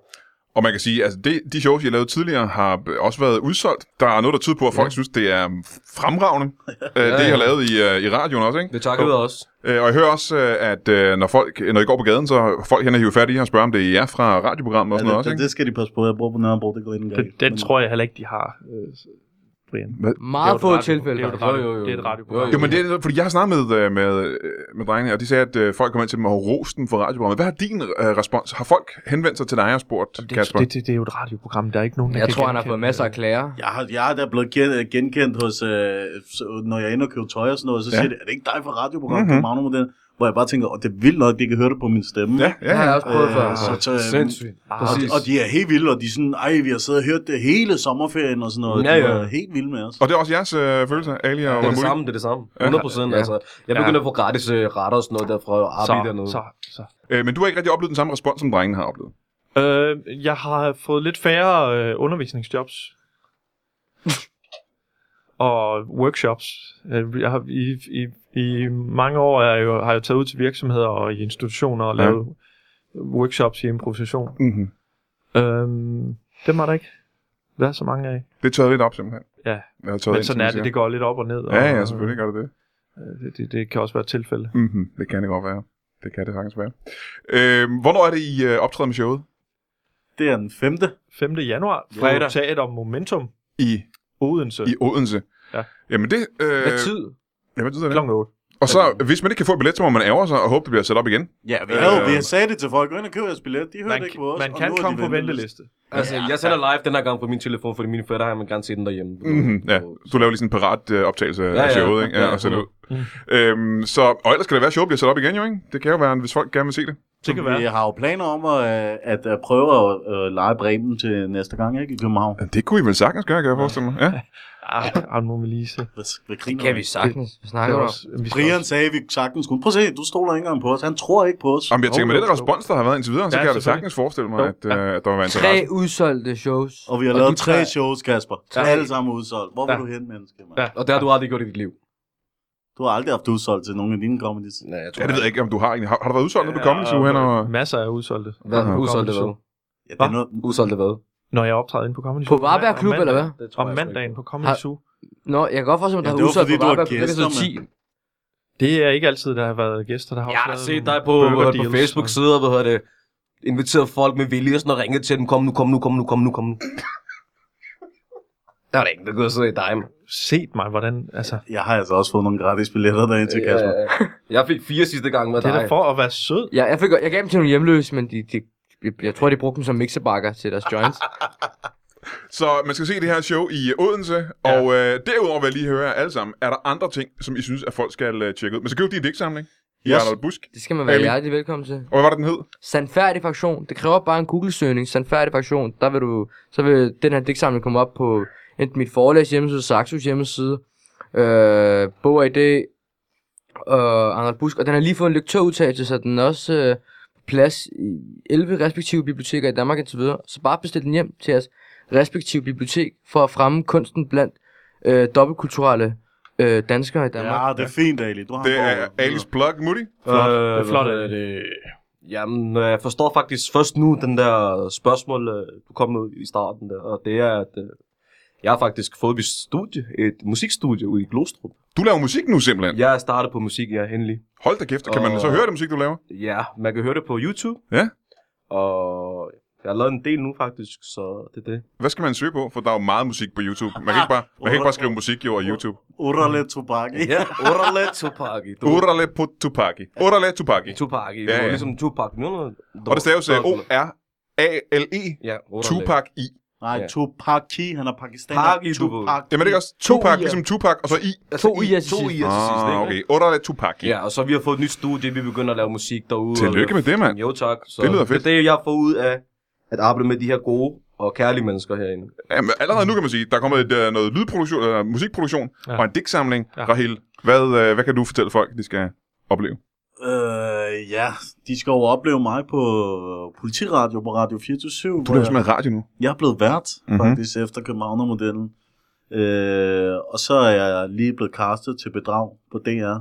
Og man kan sige, altså det, de shows, jeg lavede tidligere, har b- også været udsolgt. Der er noget, der tyder på, at folk ja. Ja. synes, synes, det er fremragende, ja, ja. det jeg har lavet i, øh, i radioen også, ikke? Det takker vi også. Øh, Og jeg hører også, øh, at øh, når, folk, når I går på gaden, så er folk hen og hiver fat i jer og spørger, om det er jer fra radioprogrammet og sådan noget det, også, Altså, det, ikke? det, skal de passe på. Jeg bor på Nørrebro, det går ikke engang. Den, den tror jeg heller ikke, de har, øh, Brian. Det er jo Meget et få radio- tilfælde. Det er jo et faktisk. radio, Jo, jo, jo. Det er et Jo, radioprogram. jo. Jo, men det er, fordi jeg har snakket med, øh, med, øh, med drengene, og de sagde, at øh, folk kommer ind til dem og har rost dem for radioprogrammet. Hvad har din øh, respons? Har folk henvendt sig til dig og spurgt, Jamen, Kasper? det, det, det, det, er jo et radioprogram. Der er ikke nogen, der Jeg kan tror, han har genkende- fået masser af klager. Jeg har, jeg er da blevet gen- genkendt hos, øh, så- når jeg er inde og køber tøj og sådan noget, så Ja. ja. siger de, er det ikke dig fra radioprogrammet, Mhm. mm-hmm. Magnum den? Hvor jeg bare tænker, åh, det er vildt nok, de kan høre det på min stemme. Øh, Ja, Det ja, har jeg ja. også øh, prøvet før. så, så, Sindssygt. Ah, og, de, præcis. og de er helt vilde, og de er sådan, ej, vi har siddet og hørt det hele sommerferien og sådan noget. Ja, De ja. er helt vilde med os. Og det er også jeres øh, følelse, Ali og Det er det Muli? samme, det er det samme. 100 procent, Ja. ja. altså. Jeg Ja. begynder at få gratis øh, retter og sådan noget der fra Arby dernede. så, så, så. Øh, men du har ikke rigtig oplevet den samme respons, som drengene har oplevet. Øh, jeg har fået lidt færre øh, [laughs] undervisningsjobs. og workshops. Øh, Jeg har, i, i, I mange år er jeg jo, har jeg taget ud til virksomheder og i institutioner og Ja. lavet workshops i improvisation. Mm-hmm. Øh, dem har der ikke været så mange af. Det tørrede lidt op, simpelthen. Ja, Jeg har tørret Men ind, sådan som er de siger. det. Det går lidt op og ned. Og, Ja, ja, selvfølgelig gør det det. øh, Det, det, det kan også være et tilfælde. Mm-hmm. Det kan det godt være. Det kan det faktisk være. Øh, hvornår er det, I øh, optræder med showet? Det er den femte. 5. januar. Fredag. På Teater Momentum. I, Odense. i Odense. Ja. Jamen det... Øh, Hvad tid? Ja, hvad tid er det? Klokken 8. Og så, hvis man ikke kan få et billet, så må man ærge sig og håbe, det bliver sat op igen. Ja, vi, Øh, havde, vi sagde det til folk, gå ind og køb jeres billet, de hørte Man, ikke på os. man og kan nu er de komme på venteliste. Altså, jeg sender live den her gang på min telefon, fordi min fætter har man gerne set den derhjemme. Mm-hmm. Ja, du laver lige sådan en parat øh, optagelse ja, Ja, af ja. showet, ikke? Ja, Ja, og sender ud. Mm. Øhm, så, og ellers kan det være, at showet bliver sat op igen, jo, ikke? Det kan jo være, hvis folk gerne vil se det. Det kan Vi være. har jo planer om at, øh, at øh, prøve at øh, lege Bremen til næste gang, ikke? I København. Ja, Det kunne I vel sagtens gøre, kan jeg forestille mig. Ja. Ah, nu må vi lige se. Hvad- hvad Det griner kan du vi af? sagtens. Hvad Det snakker er du om? også- vi skal Brian også- sagde, at vi sagtens kunne. Prøv at se, du stoler ikke engang på os. Han tror ikke på os. Jamen, jeg tænker, med Jo, den jo, respons, der har været indtil videre, så Ja, kan jeg da selvfølgelig. sagtens forestille mig, Jo. at, øh, at der vil være interesse. Tre udsolgte shows. Og vi har de lavet tre tre- shows, Kasper. Ja. Alle sammen udsolgt. Hvor Ja. var du hen, menneske? mand? Ja. Og det har du aldrig gjort i dit liv. Du har aldrig haft udsolgt til nogen af dine comedies. Nej, jeg Ja, det ved jeg ikke, om du har egentlig. Har, har du været udsolgt ja, på Ja, Comedy Zoo hen og... Masser af udsolgte. Hvad? Aha. Udsolgte hvad? Ja, det Hva? er noget, Udsolgte hvad? Når jeg optræder inde på Comedy På Zoo. Varberg Klub, Om mandag- eller hvad? Det tror Om jeg sgu mandagen ikke. på Comedy Har- Zoo. Nå, jeg kan godt forstå, at Ja, der det er var udsolgt fordi, på du var Varberg Klub. Det kan gæster, så 10. Det er ikke altid, der har været gæster, der har Jeg også har da lavet set nogle dig på, burger på deals, Facebook og- sidde og hvad hedder det, inviteret folk med vilje og sådan og ringet til dem, kom nu, kom nu, kom nu, kom nu, kom nu. Der er da ikke noget at sidde i dig, mand. Set mig, hvordan... Altså, jeg har altså også fået nogle gratis billetter derind til Kasper. Ja, ja. Jeg fik fire sidste gang med det dig. er da for at være sød. Ja, jeg, fik, jeg gav dem til nogle hjemløse, men de, de, jeg- jeg tror, de brugte dem som mixebakker til [laughs] deres joints. Så man skal se det her show i Odense, ja. og øh, derudover vil jeg lige høre jer alle sammen, er der andre ting, som I synes, at folk skal øh, tjekke ud? Man skal købe din digtsamling i Yes. Arnold Busk. Det skal man være Ali. hjertelig velkommen til. Og hvad var det, den hed? Sandfærdig fraktion. Det kræver bare en Google-søgning. Sandfærdig fraktion. Der vil du, så vil den her digtsamling komme op på enten mit forlags hjemmeside, Saxos hjemmeside, øh, Bog og ID, og Arnold Busk. Og den har lige fået en lektørudtagelse, så den er også øh, på plads i 11 respektive biblioteker i Danmark indtil videre. Så bare bestil den hjem til jeres respektive bibliotek for at fremme kunsten blandt øh, dobbeltkulturelle øh, danskere i Danmark. Ja, det er fint, Ali. Du har Ah, Det en er form. Alice Plug Moody. Flot. Øh, Det er flot, hvad at- hedder det. Jamen, øh, jeg forstår faktisk først nu den der spørgsmål, øh, du kom med i starten der, og det er, at øh, jeg har faktisk fået et studie, et musikstudie ude i Glostrup. Du laver musik nu simpelthen. Ja. Jeg er startet på musik, jeg er henlig. Hold da kæft, kan man Og- så høre det musik, du laver? Ja, man kan høre det på YouTube. Ja. Og jeg har lavet en del nu faktisk, så det er det. Hvad skal man søge på? For der er jo meget musik på YouTube. Man kan ikke bare, man kan ikke bare skrive musik jo og YouTube. Urale Tobak. Ja, Orale Tupaki. Urale på Tupaki. Urale Tupaki. Tupaki, Ja, ja, ja. ja. ligesom Tupac. Nu er det- Og det staves øh, O-R-A-L-E. Ja, Orale. E Tupac i. Nej, Ja. Tupaki. Han er pakistaner. Paki, du ved. Tupac. Jamen er det ikke også Tupac, ligesom Tupac, og så I? Altså, To i'er til To sidst. i'er til sidst, Ah, ikke? okay. Urale Tupac i. Ja, og så vi har fået et nyt studie, vi begynder at lave musik derude. Tillykke med det, mand. Jo tak. Så Det lyder fedt. Det er det, jeg får ud af at arbejde med de her gode og kærlige mennesker herinde. Jamen, allerede nu kan man sige, der er kommet et, øh, noget lydproduktion, eller musikproduktion ja. Ja. og en digtsamling. Ja. Ja. Rahel, hvad, øh, hvad kan du fortælle folk, de skal opleve? Øh, ja, de skal jo opleve mig på politiradio på Radio 24 Du laver simpelthen radio nu. Jeg er blevet vært, Mhm. mm-hmm. faktisk, efter Københavnermodellen. Øh, og så er jeg lige blevet castet til bedrag på DR.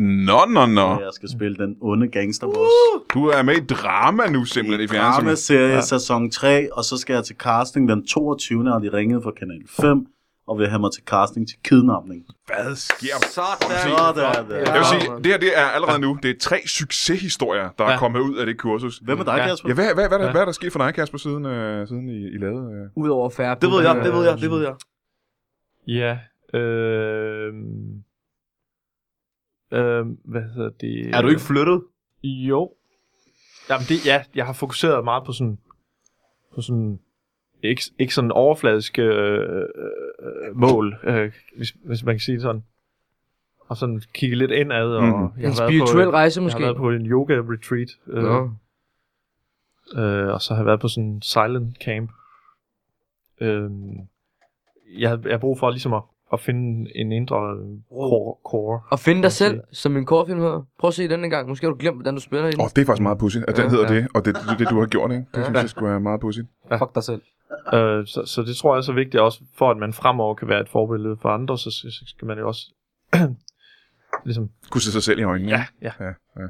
Nå, nå, nå. Og jeg skal spille den onde gangsterboss. Du er med i drama nu simpelthen i Drama fjernsynet. serie Ja. ja. sæson 3, og så skal jeg til casting den 22. og de ringede fra kanal 5 og vil have mig til casting til kidnapning. Hvad sker der? Sådan. Så der, der. Jeg vil Ja, sige, mand. det her det er allerede nu. Det er tre succeshistorier, der er Ja. kommet ud af det kursus. Hvem er dig, Ja. Kasper? Ja, hvad, hvad, hvad, Ja. hvad, hvad er der sket for dig, Kasper, siden, øh, siden I, I lavede... Øh? Udover færre Det ved jeg, det ved jeg, det ved jeg. Ja, øh, øh, hvad hedder det? Er du ikke flyttet? Jo. Jamen det, ja, jeg har fokuseret meget på sådan, på sådan, ikke, ikke sådan overfladiske øh, øh, mål, øh, hvis, hvis man kan sige det sådan. Og sådan kigge lidt indad, og Mhm. mm. jeg, En har spirituel på, rejse jeg har måske. været på en yoga-retreat, øh, Nå. øh, og så har jeg været på sådan en silent camp. Øh, jeg havde jeg havde brug for ligesom at, at finde en indre core. core. Og finde dig Jeg siger- selv, som min kortfilm hedder. Prøv at se den en gang. Måske har du glemt, hvordan du spiller i den. Åh, oh, det er faktisk meget pudsigt, at den Ja, hedder ja. det, og det er det, du har gjort, ikke? Det Ja. synes jeg skulle være meget pudsigt. Fuck dig selv. Øh, så, så det tror jeg er så vigtigt også, for at man fremover kan være et forbillede for andre, så, så skal man jo også [clears throat] ligesom, Kunne se sig selv i øjnene. ja, ja.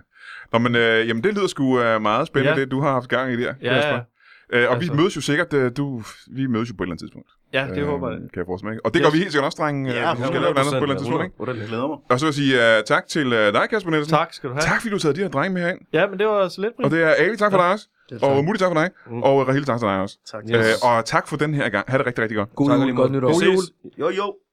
Nå, men øh, jamen, det lyder sgu øh, meget spændende, ja. Ja. det du har haft gang i der, Ja, ja. Øh, og altså. Altså. vi mødes jo sikkert, øh, du, vi mødes jo på et eller andet tidspunkt. Øh, Ja, det håber jeg. Kan jeg forestille mig. ikke? Og det yes. gør Yes. vi helt sikkert også, drenge. Ja, vi skal lave noget andet på et eller andet tidspunkt, ikke? Jeg glæder mig. Og så vil jeg sige uh, tak til uh, dig, Kasper Nielsen. Tak skal du have. Tak, fordi du tager de her drenge med herind. Ja, men det var så lidt, Og Brian. det er Ali, tak for dig også. Selv tak. Og Mutti, tak for dig. Mm. Og Rahil, tak for dig også. Tak. Øh, og tak for den her gang. Ha' det rigtig, rigtig godt. God tak jul, alligevel. godt nytår. God jul. Jo, jo.